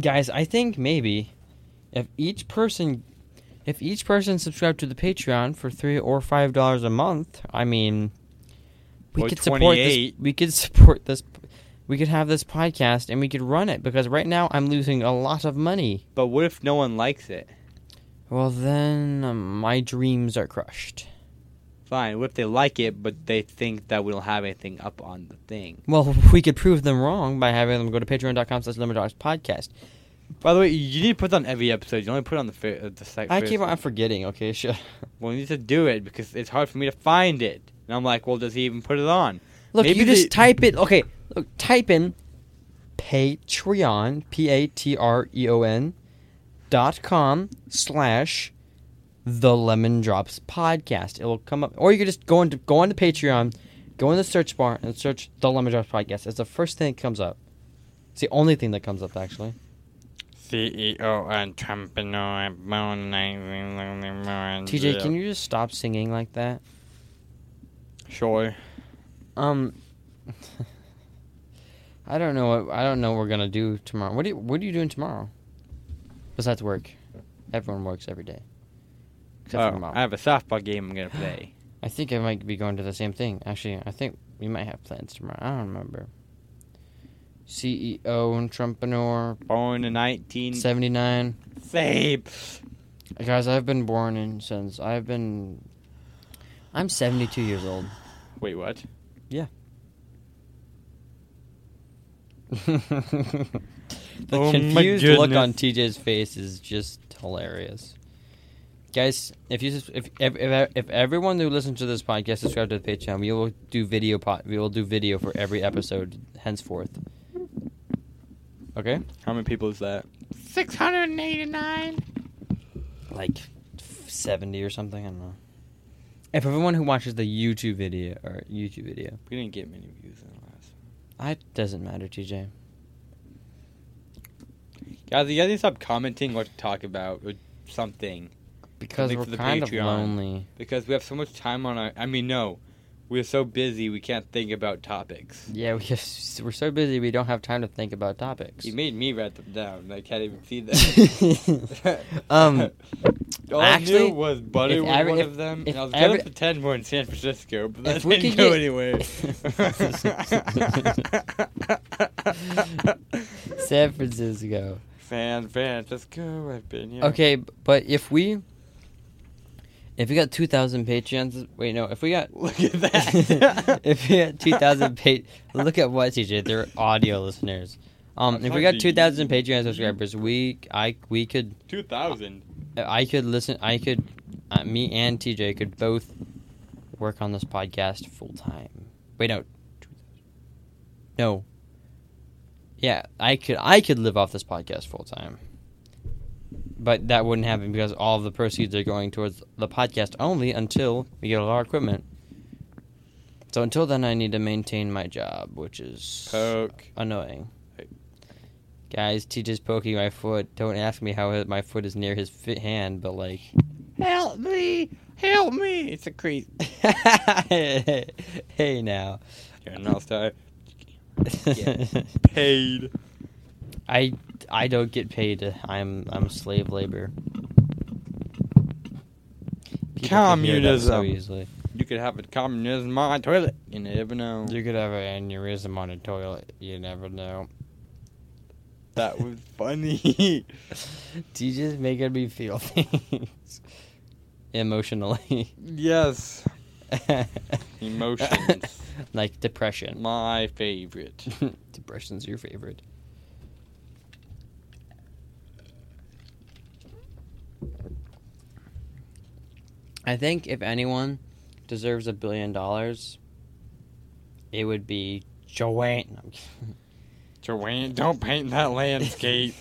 A: Guys, I think maybe if each person if each person subscribed to the Patreon for 3 or 5 dollars a month, I mean we
B: Or
A: could support this,
B: 28.
A: we could support this we could have this podcast and we could run it because right now I'm losing a lot of money.
B: But what if no one likes it?
A: Well, then um, my dreams are crushed.
B: Fine. What if they like it, but they think that we don't have anything up on the thing?
A: Well, we could prove them wrong by having them go to patreon.com slash lemon dogs podcast.
B: By the way, you need to put it on every episode. You only put it on the fir- uh, the site.
A: I keep on forgetting, okay? Sure.
B: Well, you need to do it because it's hard for me to find it. And I'm like, well, does he even put it on?
A: Look,
B: Maybe
A: you
B: they-
A: just type it. Okay, look, type in Patreon, P A T R E O N, dot com slash the Lemon Drops Podcast. It will come up, or you can just go into go onto Patreon, go in the search bar and search the Lemon Drops Podcast. It's the first thing that comes up. It's the only thing that comes up actually.
B: CEO E and entrepreneur,
A: TJ, can you just stop singing like that?
B: Sure.
A: Um, I don't know. What, I don't know. What we're gonna do tomorrow. What do you, What are you doing tomorrow? Besides work, everyone works every day. Except for
B: Oh,
A: mom.
B: I
A: I,
B: have a softball game I'm gonna play.
A: think I might be going to the same thing. Actually, I think we might have plans tomorrow. I don't remember. CEO entrepreneur
B: Born in 19.
A: seventy nine.
B: Save.
A: Guys, I've been born in since I've been. I'm seventy two years old.
B: Wait, what?
A: the
B: Oh my
A: confused look
B: goodness.
A: on TJ's face is just hilarious. Guys, if you sus- if if, if if everyone who listens to this podcast subscribe to the Patreon, we will do video pot. We will do video for every episode henceforth. Okay,
B: How many people is that? 689.
A: like f- seventy or something. I don't know. If everyone who watches the YouTube video or YouTube video,
B: We didn't get many views in the last.
A: I doesn't matter, TJ.
B: Guys, you guys need to stop commenting what to talk about or something
A: Because
B: Link
A: we're
B: to the
A: kind of
B: Patreon.
A: lonely.
B: because we have so much time on our. I mean, no, we're so busy we can't think about topics.
A: Yeah, we have, we're so busy we don't have time to think about topics.
B: You made me write them down. and I can't even see them.
A: um,
B: All Oh, I
A: actually,
B: knew was butter
A: if
B: was
A: every-
B: one
A: if-
B: of them,
A: if
B: and I was
A: every-
B: gonna pretend we're in San Francisco, but that
A: If we
B: didn't
A: could
B: go
A: get-
B: anywhere.
A: San Francisco.
B: San Francisco, I've been here.
A: Okay, b- but if we, if we got two thousand Patreons, wait, no, if we got,
B: Look at that.
A: if we got two thousand pa- look at what TJ, they're audio listeners. Um,
B: I'm
A: if we got
B: talking to
A: two thousand
B: you.
A: Patreon subscribers, we, I, we could,
B: Two thousand.
A: I could listen, I could, uh, me and TJ could both work on this podcast full time. Wait, no, no. Yeah, I could, I could live off this podcast full time. But that wouldn't happen because all of the proceeds are going towards the podcast only until we get all our equipment. So until then, I need to maintain my job, which is
B: Coke.
A: annoying.
B: Hey.
A: Guys, TJ's poking my foot. Don't ask me how his- my foot is near his fit hand, but like,
B: Help me! Help me! It's a creep.
A: hey now.
B: You're an all-star. Yeah. Paid.
A: I I don't get paid. I'm I'm slave labor. People can hear that So
B: Communism.
A: easily.
B: You could have a communism on my toilet. You never know.
A: You could have an aneurysm on a toilet. You never know.
B: That was funny.
A: TJ's making me feel things emotionally.
B: yes. Emotions.
A: like depression.
B: My favorite.
A: Depression's your favorite. I think if anyone deserves a billion dollars, it would be Joanne. I'm kidding.
B: Joanne, don't paint that landscape.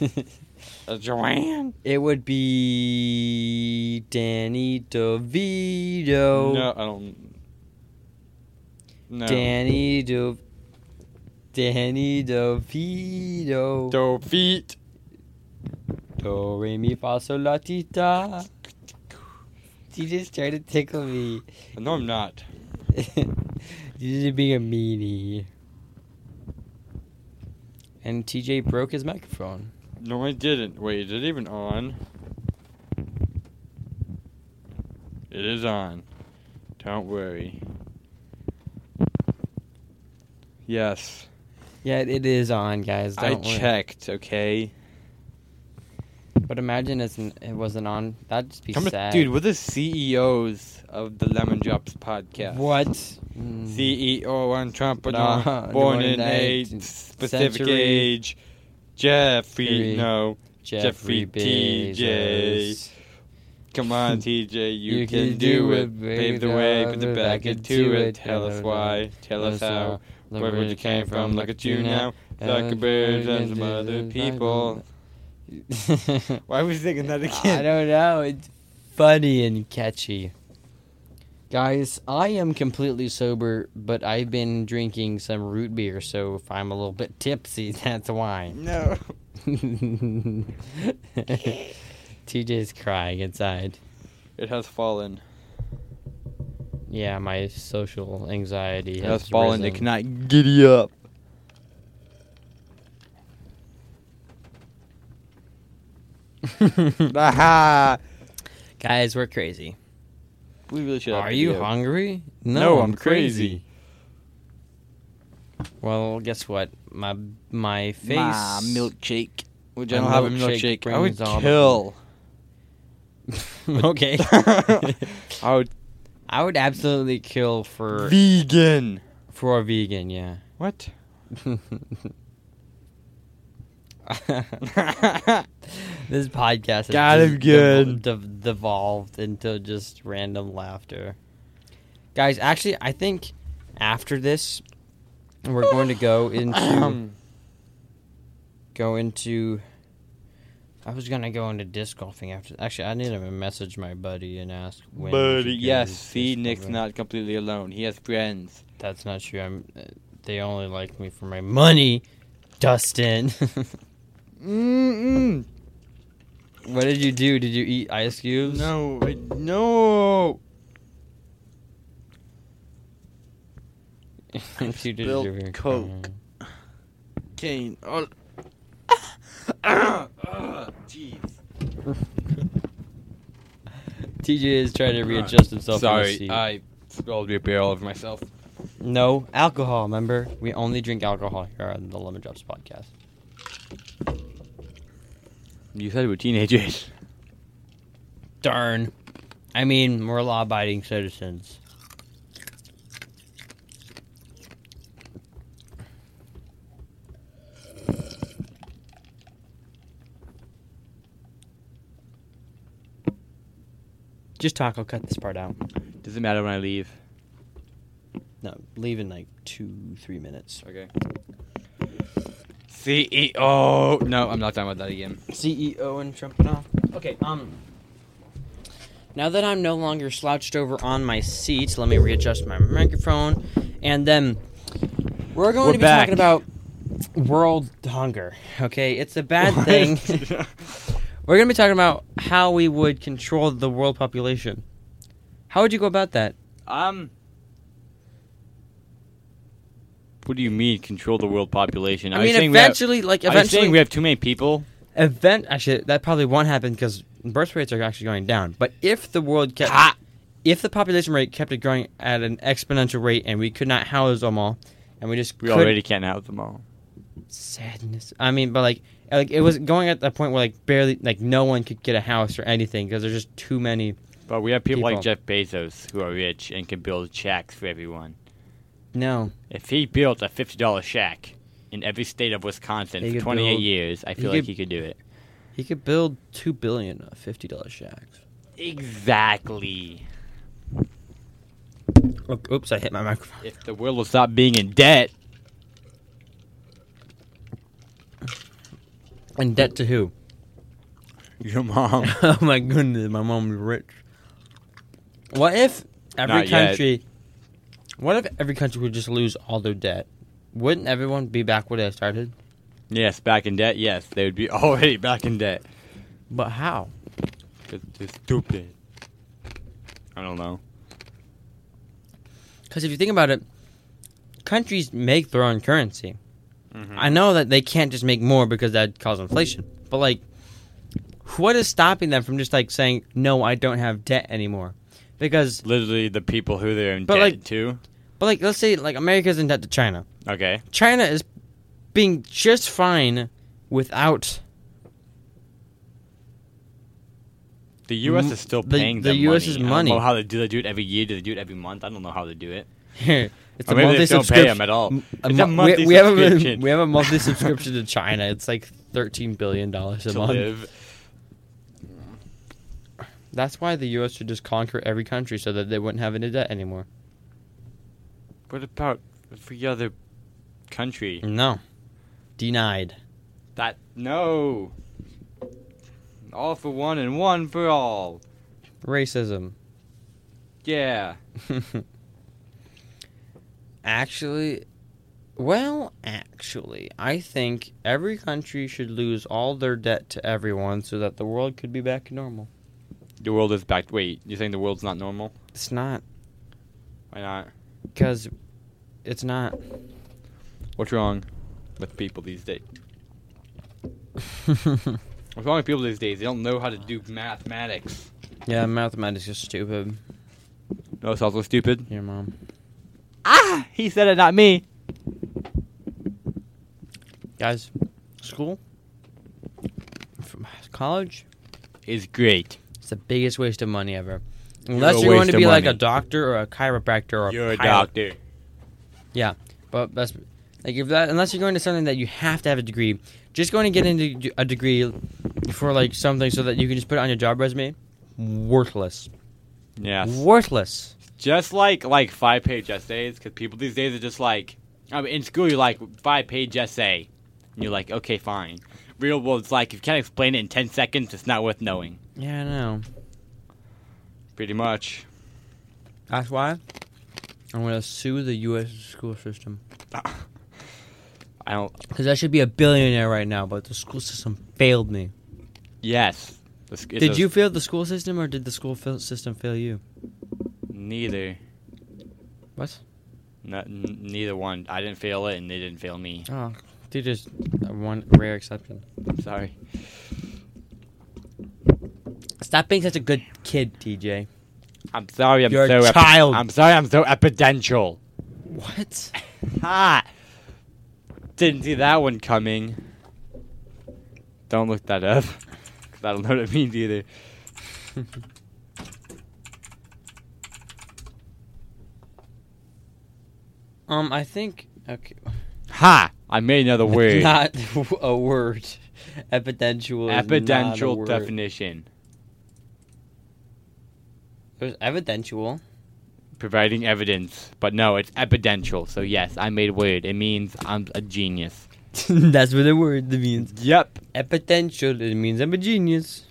B: Uh, Joanne?
A: it would be Danny DeVito.
B: No, I don't. No.
A: Danny De Danny DeVito.
B: Defeat.
A: Do re mi fa sol la ti da. You just tried to tickle me.
B: No, I'm not.
A: you just being a meanie. And TJ broke his microphone.
B: No, I didn't. Wait, is it even on? It is on. Don't worry. Yes.
A: Yeah, it- it is on, guys.
B: I
A: Don't worry.
B: checked, okay?
A: But imagine it's n- it wasn't on. That'd just be
B: Come on,
A: sad.
B: dude, we're the CEOs of the Lemon Drops podcast. E
A: What? Mm.
B: CEO entrepreneur,
A: No,
B: born
A: born
B: in
A: in
B: a
A: eight-
B: specific
A: century.
B: age. Jeffrey,
A: Three.
B: no.
A: Jeffrey
B: Jeffrey TJ.
A: Bezos.
B: Come on, TJ, you, can, do it. Pave the way, put the back into it. Tell us why, tell us how.
A: Look
B: Where you came from, look at you now. Like a bird and some other people. Why was thinking that
A: I don't know. It's funny and catchy. Guys, I am completely sober, but I've been drinking some root beer, so if I'm a little bit tipsy, that's why.
B: No.
A: TJ's crying inside.
B: It has fallen.
A: Yeah, my social anxiety
B: It
A: has
B: has fallen. It
A: risen.
B: cannot giddy up. Aha!
A: Guys, we're crazy.
B: We really should. have
A: Are
B: a
A: you
B: video.
A: hungry?
B: No, I'm crazy.
A: Well, guess what? My my face.
B: My milkshake. Which I
A: My
B: don't have a
A: milkshake
B: milkshake. I would
A: brings all the-
B: kill.
A: okay.
B: I would
A: I would absolutely kill for
B: vegan.
A: for a vegan. Yeah.
B: What?
A: this podcast has
B: Got him
A: just
B: good.
A: dev- dev- devolved into just random laughter. Guys, actually, I think after this, we're going to go into go into. I was gonna go into disc golfing after. Actually, I need to message my buddy and ask when. we should
B: Buddy,
A: go
B: yes.
A: disc
B: See, Nick's
A: golfing.
B: not completely alone. He has friends.
A: That's not true. I'm. uh, They only like me for my money, Dustin.
B: Mm-mm.
A: what did you do? Did you eat ice cubes?
B: No, I, no.
A: you did do
B: spilled
A: your- Uh,
B: Coke. Kane. Oh. Ah. Jeez.
A: TJ is trying to readjust himself. in his
B: Sorry,
A: seat.
B: I spilled beer beer all over myself.
A: no alcohol. Remember, we only drink alcohol here on the Lemon Drops podcast.
B: You said we're teenagers.
A: Darn. I mean, we're law-abiding citizens. Just Taco, cut this part out.
B: Doesn't matter when I leave.
A: No, leave in like two, three minutes.
B: Okay. CEO. E No, I'm not talking about that again.
A: CEO and trumping off. Okay, um. Now that I'm no longer slouched over on my seat, let me readjust my microphone. And then we're going
B: We're
A: to be
B: back.
A: talking about world hunger. Okay, it's a bad thing. we're going to be talking about how we would control the world population. How would you go about that?
B: um. What do you mean control the world population?
A: I mean, eventually, like,
B: Are you
A: eventually,
B: saying we have too many people?
A: event actually that probably won't happen because birth rates are actually going down. But if the world kept
B: Ha!
A: if the population rate kept it growing at an exponential rate and we could not house them all, and we just
B: We
A: could,
B: already can't have them all.
A: sadness. I mean, but like like it was going at the point where like barely like no one could get a house or anything because there's just too many.
B: But we have people, like
A: People.
B: Jeff Bezos who are rich and can build shacks for everyone.
A: No,
B: If he built a fifty dollar shack in every state of Wisconsin
A: He
B: for
A: could
B: twenty eight
A: build-
B: years, I
A: he
B: feel like
A: could-
B: he could do it.
A: he could build two billion of fifty dollar shacks.
B: Exactly.
A: Oh, oops, I hit my microphone.
B: If the world will stop being in debt,
A: And debt to who?
B: your mom.
A: oh my goodness, my mom is rich. What if every
B: Not yet.
A: country? What if every country would just lose all their debt? Wouldn't everyone be back where they started?
B: yes, back in debt. Yes, they would be already back in debt.
A: But how?
B: Cause they're stupid. I don't know.
A: Because if you think about it, countries make their own currency.
B: Mm-hmm.
A: I know that they can't just make more because that cause inflation. But like, what is stopping them from just like saying, "No, I don't have debt anymore," because
B: Literally, the people who they're in
A: But,
B: debt
A: like-
B: to.
A: but like let's say like America's in debt to China.
B: Okay.
A: China is being just fine without
B: The U.S.
A: M-
B: is still
A: the-
B: paying
A: the
B: them
A: US
B: money.
A: is
B: I don't know
A: money.
B: how they do. They do it every year. Do they do it every month? I don't know how they do it.
A: it's
B: Or maybe they just don't pay 'em
A: subscription-
B: at all.
A: m-
B: It's a
A: mo-
B: monthly
A: we, have a,
B: subscription.
A: we have a monthly subscription to China. It's like thirteen billion dollars a
B: to
A: month.
B: live.
A: That's why the U.S. should just conquer every country so that they wouldn't have any debt anymore.
B: What about every other country?
A: No, denied.
B: That no. All for one and one for all.
A: Racism.
B: Yeah.
A: actually, well, actually, I think every country should lose all their debt to everyone so that the world could be back to normal.
B: The world is back. Wait, you're saying the world's not normal?
A: It's not
B: Why not?
A: because it's not.
B: What's wrong with people these days? What's wrong with people these days? They don't know how to do mathematics.
A: yeah, mathematics is stupid.
B: No, it's also stupid.
A: Your mom.
B: Ah! He said it, not me.
A: Guys, school, from college,
B: Is great.
A: it's the biggest waste of money ever.
B: You're
A: Unless
B: a
A: you're, going
B: waste
A: to
B: of
A: be like a
B: money.
A: doctor or a chiropractor or
B: You're
A: a
B: a
A: pilot.
B: doctor.
A: But that's like if that unless you're going to something that you have to have a degree, just going to get into a degree for like something so that you can just put it on your job resume, worthless,
B: Yes.
A: worthless.
B: Just like like five page essays, because people these days are just like, I mean, in school you're like five page essay, and you're like, okay, fine. Real world's like if you can't explain it in ten seconds, it's not worth knowing.
A: Yeah, I know.
B: Pretty much.
A: That's why I'm gonna sue the U.S. school system
B: I don't.
A: because I should be a billionaire right now, but the school system failed me.
B: Yes. This- it's
A: did
B: a-
A: you fail the school system or did the school fail- system fail you?
B: Neither.
A: What?
B: No, n- neither one. I didn't fail it, and they didn't fail me.
A: Oh, dude, just uh, one rare exception.
B: I'm sorry.
A: Stop being such a good kid, TJ.
B: I'm sorry. I'm
A: You're
B: so
A: a
B: epi-
A: child.
B: I'm sorry. I'm so epidential.
A: What?
B: Ha! Didn't see that one coming. Don't look that up. 'cause I don't know what it means either.
A: Um, I think okay.
B: Ha! I made another word.
A: Not a word. Evidential. is not a
B: Epidential
A: word.
B: definition.
A: It was evidential.
B: Providing evidence. But no, it's epidential. So yes, I made a word. It means I'm a genius.
A: That's what the word means.
B: Yep.
A: Epidential. It means I'm a genius.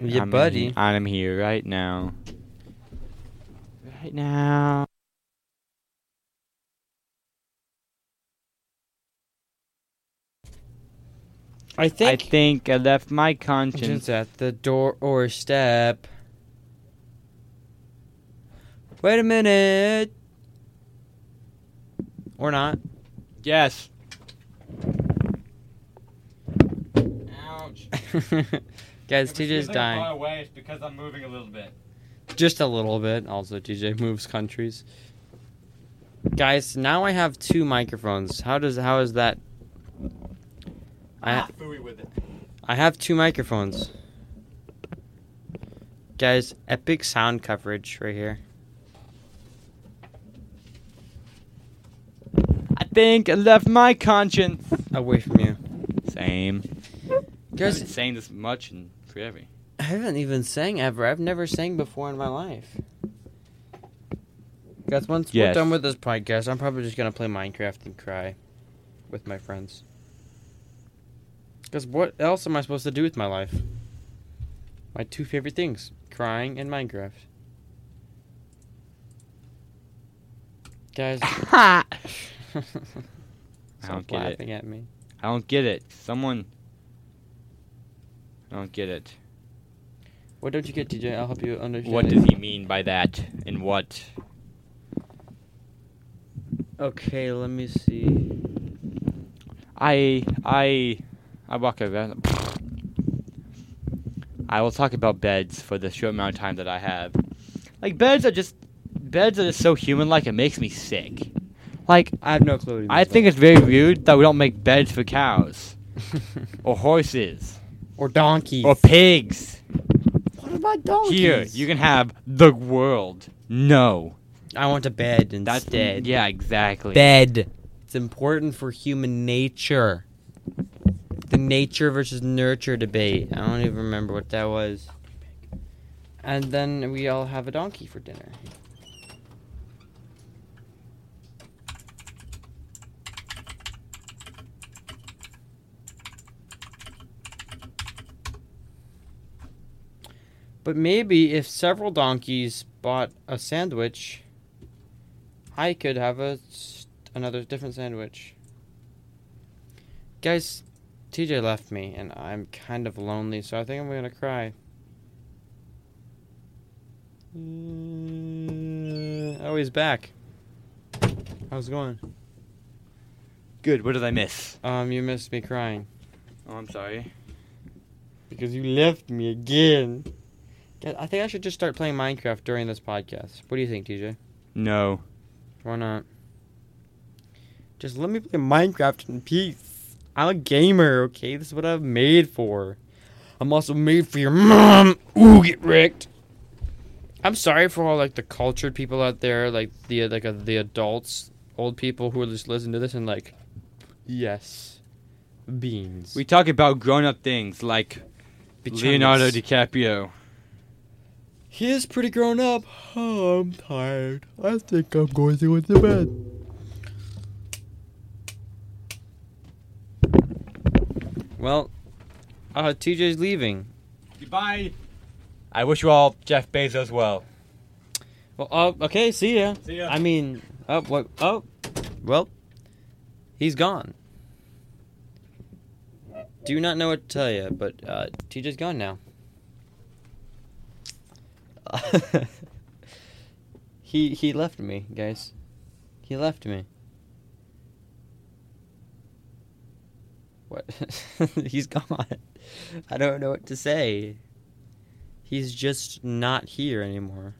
A: Yeah,
B: I'm
A: buddy.
B: in- I'm here right now. Right now.
A: I think.
B: I think I left my conscience.
A: Just at the door or step. Wait a minute. Or not.
B: Yes. Ouch.
A: Guys,
B: If it's
A: TJ's
B: feeling
A: dying.
B: far away, it's because I'm moving a little bit.
A: Just a little bit. Also, TJ moves countries. Guys, now I have two microphones. How does how is that? I
B: Ah, phooey with it.
A: I have two microphones. Guys, epic sound coverage right here.
B: I think I left my conscience.
A: Away from you.
B: Same. I've been
A: Guys,
B: saying this much and forever.
A: I haven't even sang ever. I've never sang before in my life. Guys, once
B: Yes.
A: we're done with this podcast, I'm probably just gonna play Minecraft and cry with my friends. Because what else am I supposed to do with my life? My two favorite things: crying and Minecraft. Guys,
B: I
A: Stop
B: don't get it.
A: laughing at me.
B: I don't get it. Someone. I don't get it.
A: What don't you get, DJ? I'll help you understand.
B: What
A: it.
B: does he mean by that? And what?
A: Okay, let me see.
B: I I I walk around. I will talk about beds for the short amount of time that I have. Like beds are just beds are just so human-like. It makes me sick. Like
A: I have no clue. What he
B: I
A: means by
B: think
A: that.
B: it's very rude that we don't make beds for cows or horses
A: or donkeys.
B: or pigs.
A: What about donkeys?
B: Here, you can have the world. No,
A: I want a bed instead.
B: that's Yeah, exactly.
A: Bed. It's important for human nature. The nature versus nurture debate. I don't even remember what that was. And then we all have a donkey for dinner. But maybe if several donkeys bought a sandwich, I could have a s- another different sandwich. Guys, TJ left me, and I'm kind of lonely, so I think I'm gonna cry. Mm, Oh, he's back. How's it going?
B: Good. What did I miss?
A: Um, you missed me crying
B: Oh, I'm sorry.
A: because you left me again. Guys, I think I should just start playing Minecraft during this podcast. What do you think, TJ?
B: No.
A: Why not? Just let me play Minecraft in peace. I'm a gamer, okay? This is what I'm made for. I'm also made for your mom. Ooh, get wrecked. I'm sorry for all like the cultured people out there, like the like uh, the adults, old people who are just listening to this and like, yes, beans.
B: We talk about grown-up things like
A: Beans.
B: Leonardo DiCaprio.
A: He is pretty grown up. Oh, I'm tired. I think I'm going to go to bed. Well, uh, TJ's leaving.
B: Goodbye. I wish you all Jeff Bezos well.
A: Well, uh, okay, see ya.
B: See ya.
A: I mean, oh, what? Oh, well, he's gone. Do not know what to tell you, but uh, TJ's gone now. he he left me, guys. He left me. What? he's gone. I don't know what to say. He's just not here anymore.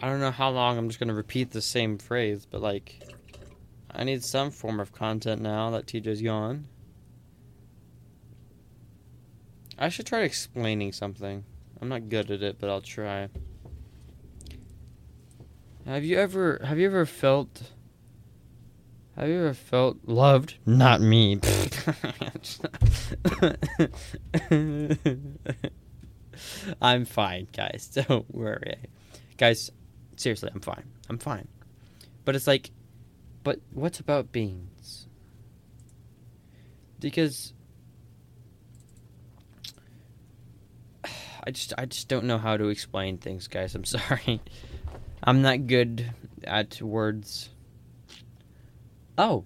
A: I don't know how long I'm just gonna repeat the same phrase, but like, I need some form of content now that TJ's gone. I should try explaining something. I'm not good at it, but I'll try. Have you ever have you ever felt have you ever felt loved? Not me. I'm fine, guys. Don't worry. Guys, seriously, I'm fine. I'm fine. But it's like, but what's about beans? Because I just I just don't know how to explain things, guys. I'm sorry. I'm not good at words. Oh,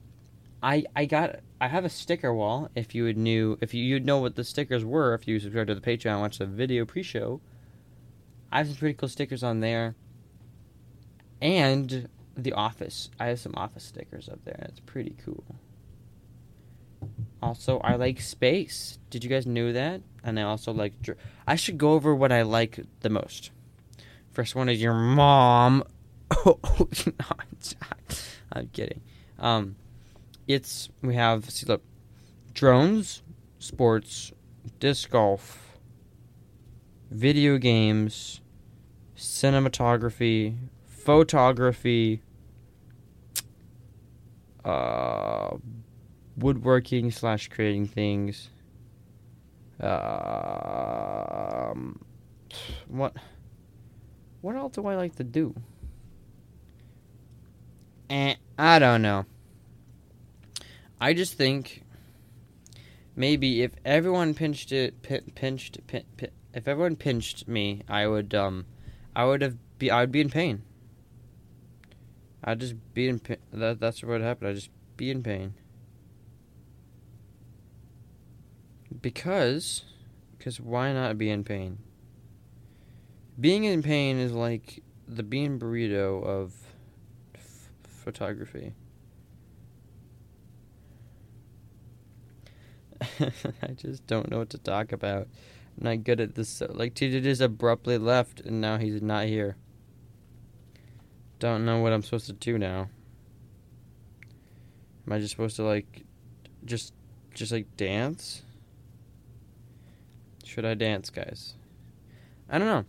A: I I got I have a sticker wall. If you would knew if you you'd know what the stickers were if you subscribe to the Patreon and watch the video pre-show. I have some pretty cool stickers on there and the office i have some office stickers up there it's pretty cool also i like space did you guys know that and i also like dr- i should go over what i like the most first one is your mom oh no, it's not. i'm kidding um it's we have see look drones sports disc golf video games cinematography photography, uh, woodworking slash creating things. Um, what what else do I like to do? Eh, I don't know. I just think maybe if everyone pinched it, pin, pinched, pin, pin, if everyone pinched me, I would um, I would have be I would be in pain. I just beat in. pa- That that's what happened. I just be in pain? Because, because why not be in pain? Being in pain is like the bean burrito of f- photography. I just don't know what to talk about. I'm not good at this. so- Like, TJ just abruptly left, and now he's not here. Don't know what I'm supposed to do now. Am I just supposed to like, just, just like dance? Should I dance, guys? I don't know.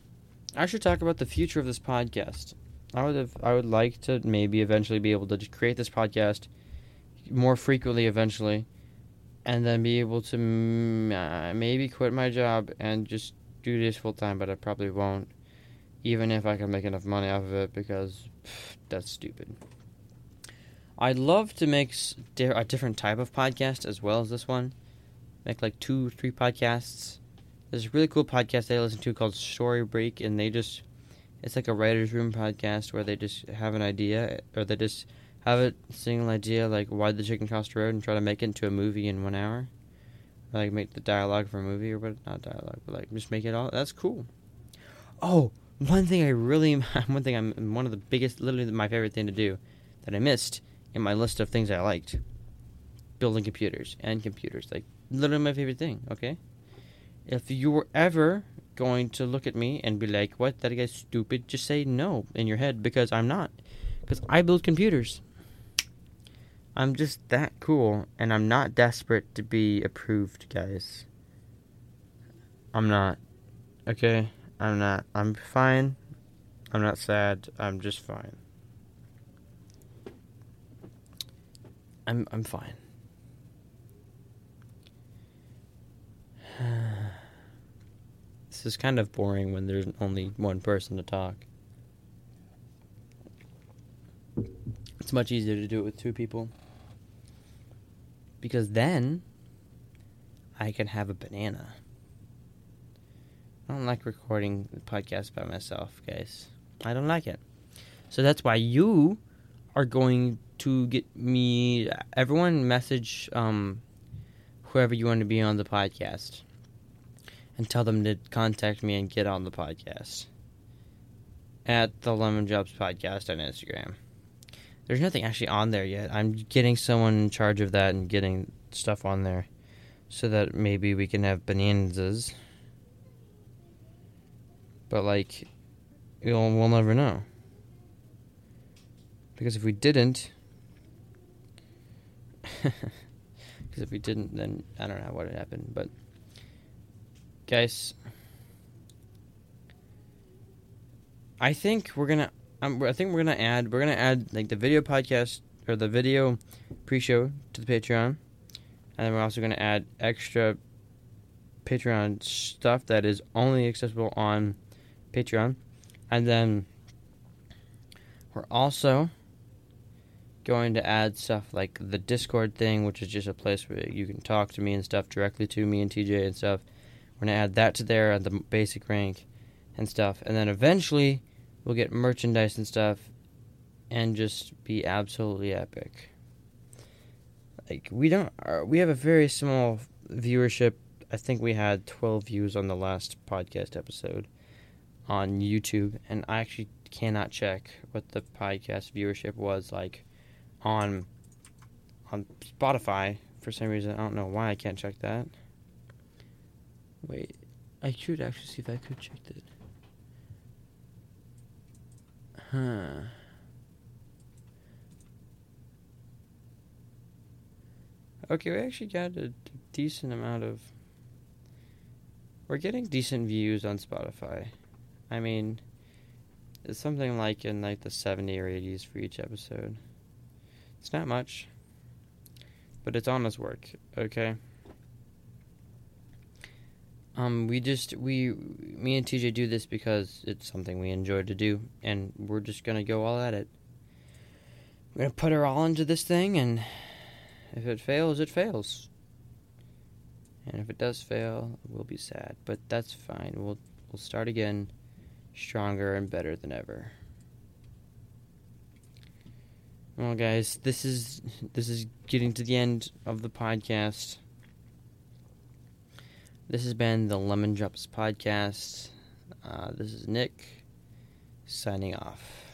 A: I should talk about the future of this podcast. I would have, I would like to maybe eventually be able to just create this podcast more frequently eventually, and then be able to mm, uh, maybe quit my job and just do this full time. But I probably won't, even if I can make enough money off of it because pff, that's stupid. I'd love to make s- di- a different type of podcast as well as this one. Make like two, three podcasts. There's a really cool podcast that I listen to called Story Break, and they just it's like a writer's room podcast where they just have an idea or they just have a single idea like why the chicken crossed the road and try to make it into a movie in one hour. Or, like make the dialogue for a movie or what not dialogue, but like just make it all that's cool. Oh, one thing I really one thing I'm one of the biggest literally my favorite thing to do that I missed in my list of things I liked. Building computers and computers. Like literally my favorite thing, okay? If you were ever going to look at me and be like, What, that guy's stupid, just say no in your head because I'm not. Because I build computers. I'm just that cool and I'm not desperate to be approved, guys. I'm not. Okay? I'm not. I'm fine. I'm not sad. I'm just fine. I'm I'm fine. this is kind of boring when there's only one person to talk. It's much easier to do it with two people. Because then I can have a banana. I don't like recording the podcast by myself, guys. I don't like it. So that's why you are going to get me everyone message um whoever you want to be on the podcast and tell them to contact me and get on the podcast at the lemon jobs podcast on instagram there's nothing actually on there yet i'm getting someone in charge of that and getting stuff on there so that maybe we can have bonanzas but like we'll, we'll never know because if we didn't, because if we didn't, then I don't know what would happen. But guys, I think we're gonna. Um, I think we're gonna add. We're gonna add like the video podcast or the video pre-show to the Patreon, and then we're also gonna add extra Patreon stuff that is only accessible on Patreon, and then. We're also going to add stuff like the Discord thing, which is just a place where you can talk to me and stuff directly to me and TJ and stuff. We're going to add that to there at the basic rank and stuff. And then eventually we'll get merchandise and stuff and just be absolutely epic. Like we don't uh, we have a very small viewership. I think we had 12 views on the last podcast episode on YouTube and I actually cannot check what the podcast viewership was like on on Spotify for some reason. I don't know why I can't check that. Wait, I should actually see if I could check that. Huh. Okay, we actually got a d- decent amount of. We're getting decent views on Spotify. I mean, it's something like in like the 70 or 80s for each episode. It's not much, but it's honest work, okay? Um, we just we me and TJ do this because it's something we enjoy to do, and we're just gonna go all at it. We're gonna put her all into this thing, and if it fails, it fails. And if it does fail, we'll be sad, but that's fine. We'll we'll start again stronger and better than ever. Well, guys, this is this is getting to the end of the podcast. This has been the Lemon Drops podcast. Uh, this is Nick signing off.